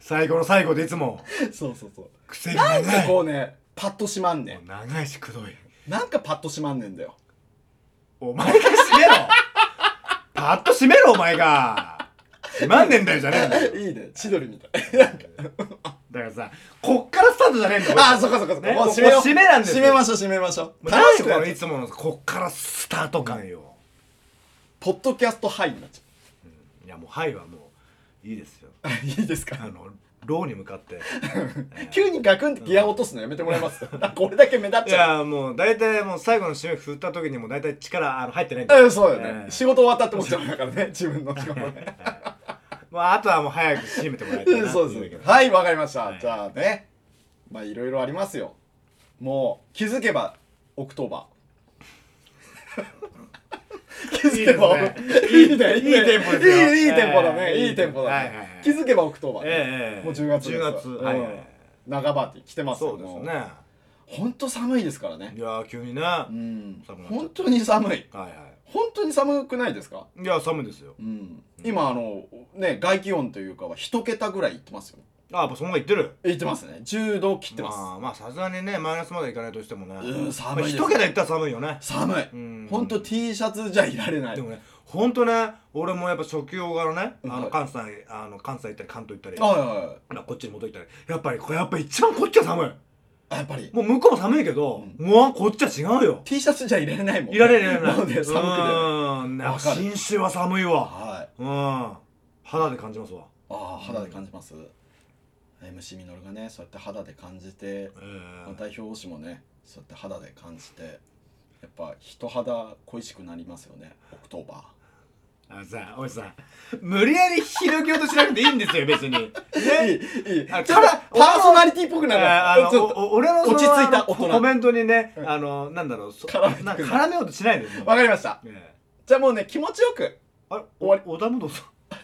最後の最後でいつもそうそうそう癖が長いこうねパッとしまんねん長いしくどいなんかパッとしまんねんだよお前が閉めろパッと閉めろお前が閉まんねんだよじゃねえんだよ [LAUGHS] いいね千鳥みたい [LAUGHS] だからさこっからスタートじゃねえんだよあーそっかそっかそっかねもう締めようもう締めなんですよ締めましょう締めましょう何楽ししこくのないいつものこっからスタート感よ、ポッドキャストハイになっちいやもう「はい」はもう [LAUGHS] いいですよゃういいですかあのローに向かって [LAUGHS] 急にガクンってギア落とすのやめてもらえますこれだけ目立っ [LAUGHS] いちゃうやもう大体もう最後の締め振った時にもう大体力あの入ってないんだえー [LAUGHS] そうだよね、えー仕事終わったって思っちゃうんだからね自分の仕事ねもうあとはもう早く締めてもらいたいうんなそうですねねはいわかりました、はいじゃあねまあいろいろありますよもう気づけばオクトー [LAUGHS] バー気づけばいいいいねいいテンポですよいいいいテンポだね、ええいいテンポだね、はいはいはい気づけばオクトーバーね、ええええもう10月です10月はいはいはい長バーティー来てますそうですね本当寒いですからねいやー急にねはういん寒くなっちゃう本当に寒いは本当に寒くないですかいいや寒いですようん、今あのね外気温というかは一桁ぐらいいってますよねあやっぱそのまま言ってるいってますね10度切ってます、まあまあさすがにねマイナスまでいかないとしてもねうん寒いですまあ一桁いったら寒いよね寒い、うんほんと T シャツじゃいられないでもねほんとね俺もやっぱ初期用柄ねあはのい関西あの関西行ったり関東行ったりはいはいはいまあこっちに戻ったりやっぱりこれやっぱ一番こっちは寒いあやっぱりもう向こうも寒いけどもうこっちは違うよ T シャツじゃいられないもんいられるいられ [LAUGHS] なのなでい寒くてうんやっぱわかる信州は寒いわはいうん肌で感じますわああ肌で感じます、MC みのるがねそうやって肌で感じて、ええ代表推しもねそうやって肌で感じてやっぱ人肌恋しくなりますよねオクトーバあのさ、おじさん、無理やり広げようとしなくていいんですよ、別 [LAUGHS] に。ねーいいいいあちょっとただパーソナリティっぽくなるああちのょっとおお俺のその落ち着あいたの大人コメントにね、うんあの、なんだろう、そ絡めてくるなんか絡めようとしないでね。わかりましたええじゃあもうね気持ちよくあれ、終わりお、おだむどうぞ。 [LAUGHS]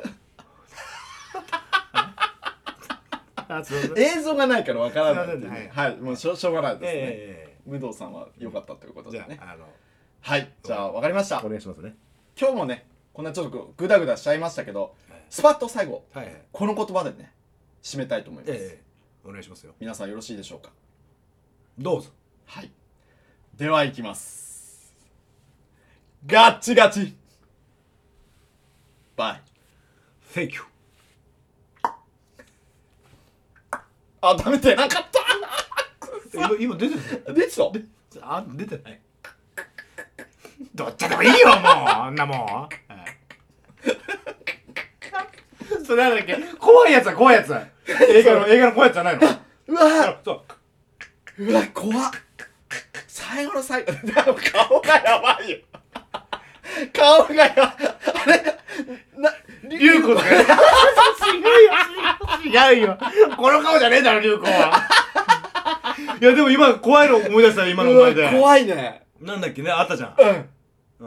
あ、すいません。え映像がないからわからないっていうすいねまはい、もうしょしょうがないですね、え武藤さんは良かったということじでゃねあ、あの、はいじゃあわかりましたお願いしますね。今日もねこんなちょっとグダグダしちゃいましたけどはいスパッと最後はいはい。この言葉でね締めたいと思います、ええ、お願いしますよ。皆さんよろしいでしょうかどうぞ。はいではいきますガッチガチバイ Thank [LAUGHS] you. あダメてなかっ今、今出てるたでちょあ、出てない。どっちでもいいよ、もう、あんなもん。はいそれなんだっけ怖いやつは怖いやつ映画の映画の怖いやつじゃないのうわそうそううわ怖っ最後の最後 [LAUGHS] 顔がやばいよ顔がやばいあれな龍子とか違うよ違うよこの顔じゃねえだろ龍子はいやでも今怖いの思い出したよ今のお前うわで怖いねなんだっけねあったじゃんう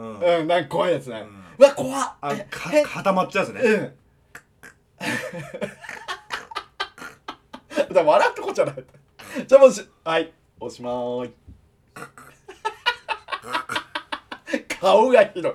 うんんうんなんか怖いやつね、んうわ怖っあえかえ固まっちゃうやつねうん [LAUGHS] だから笑うとこじゃないじゃあもうしはいおしまーい顔がひどい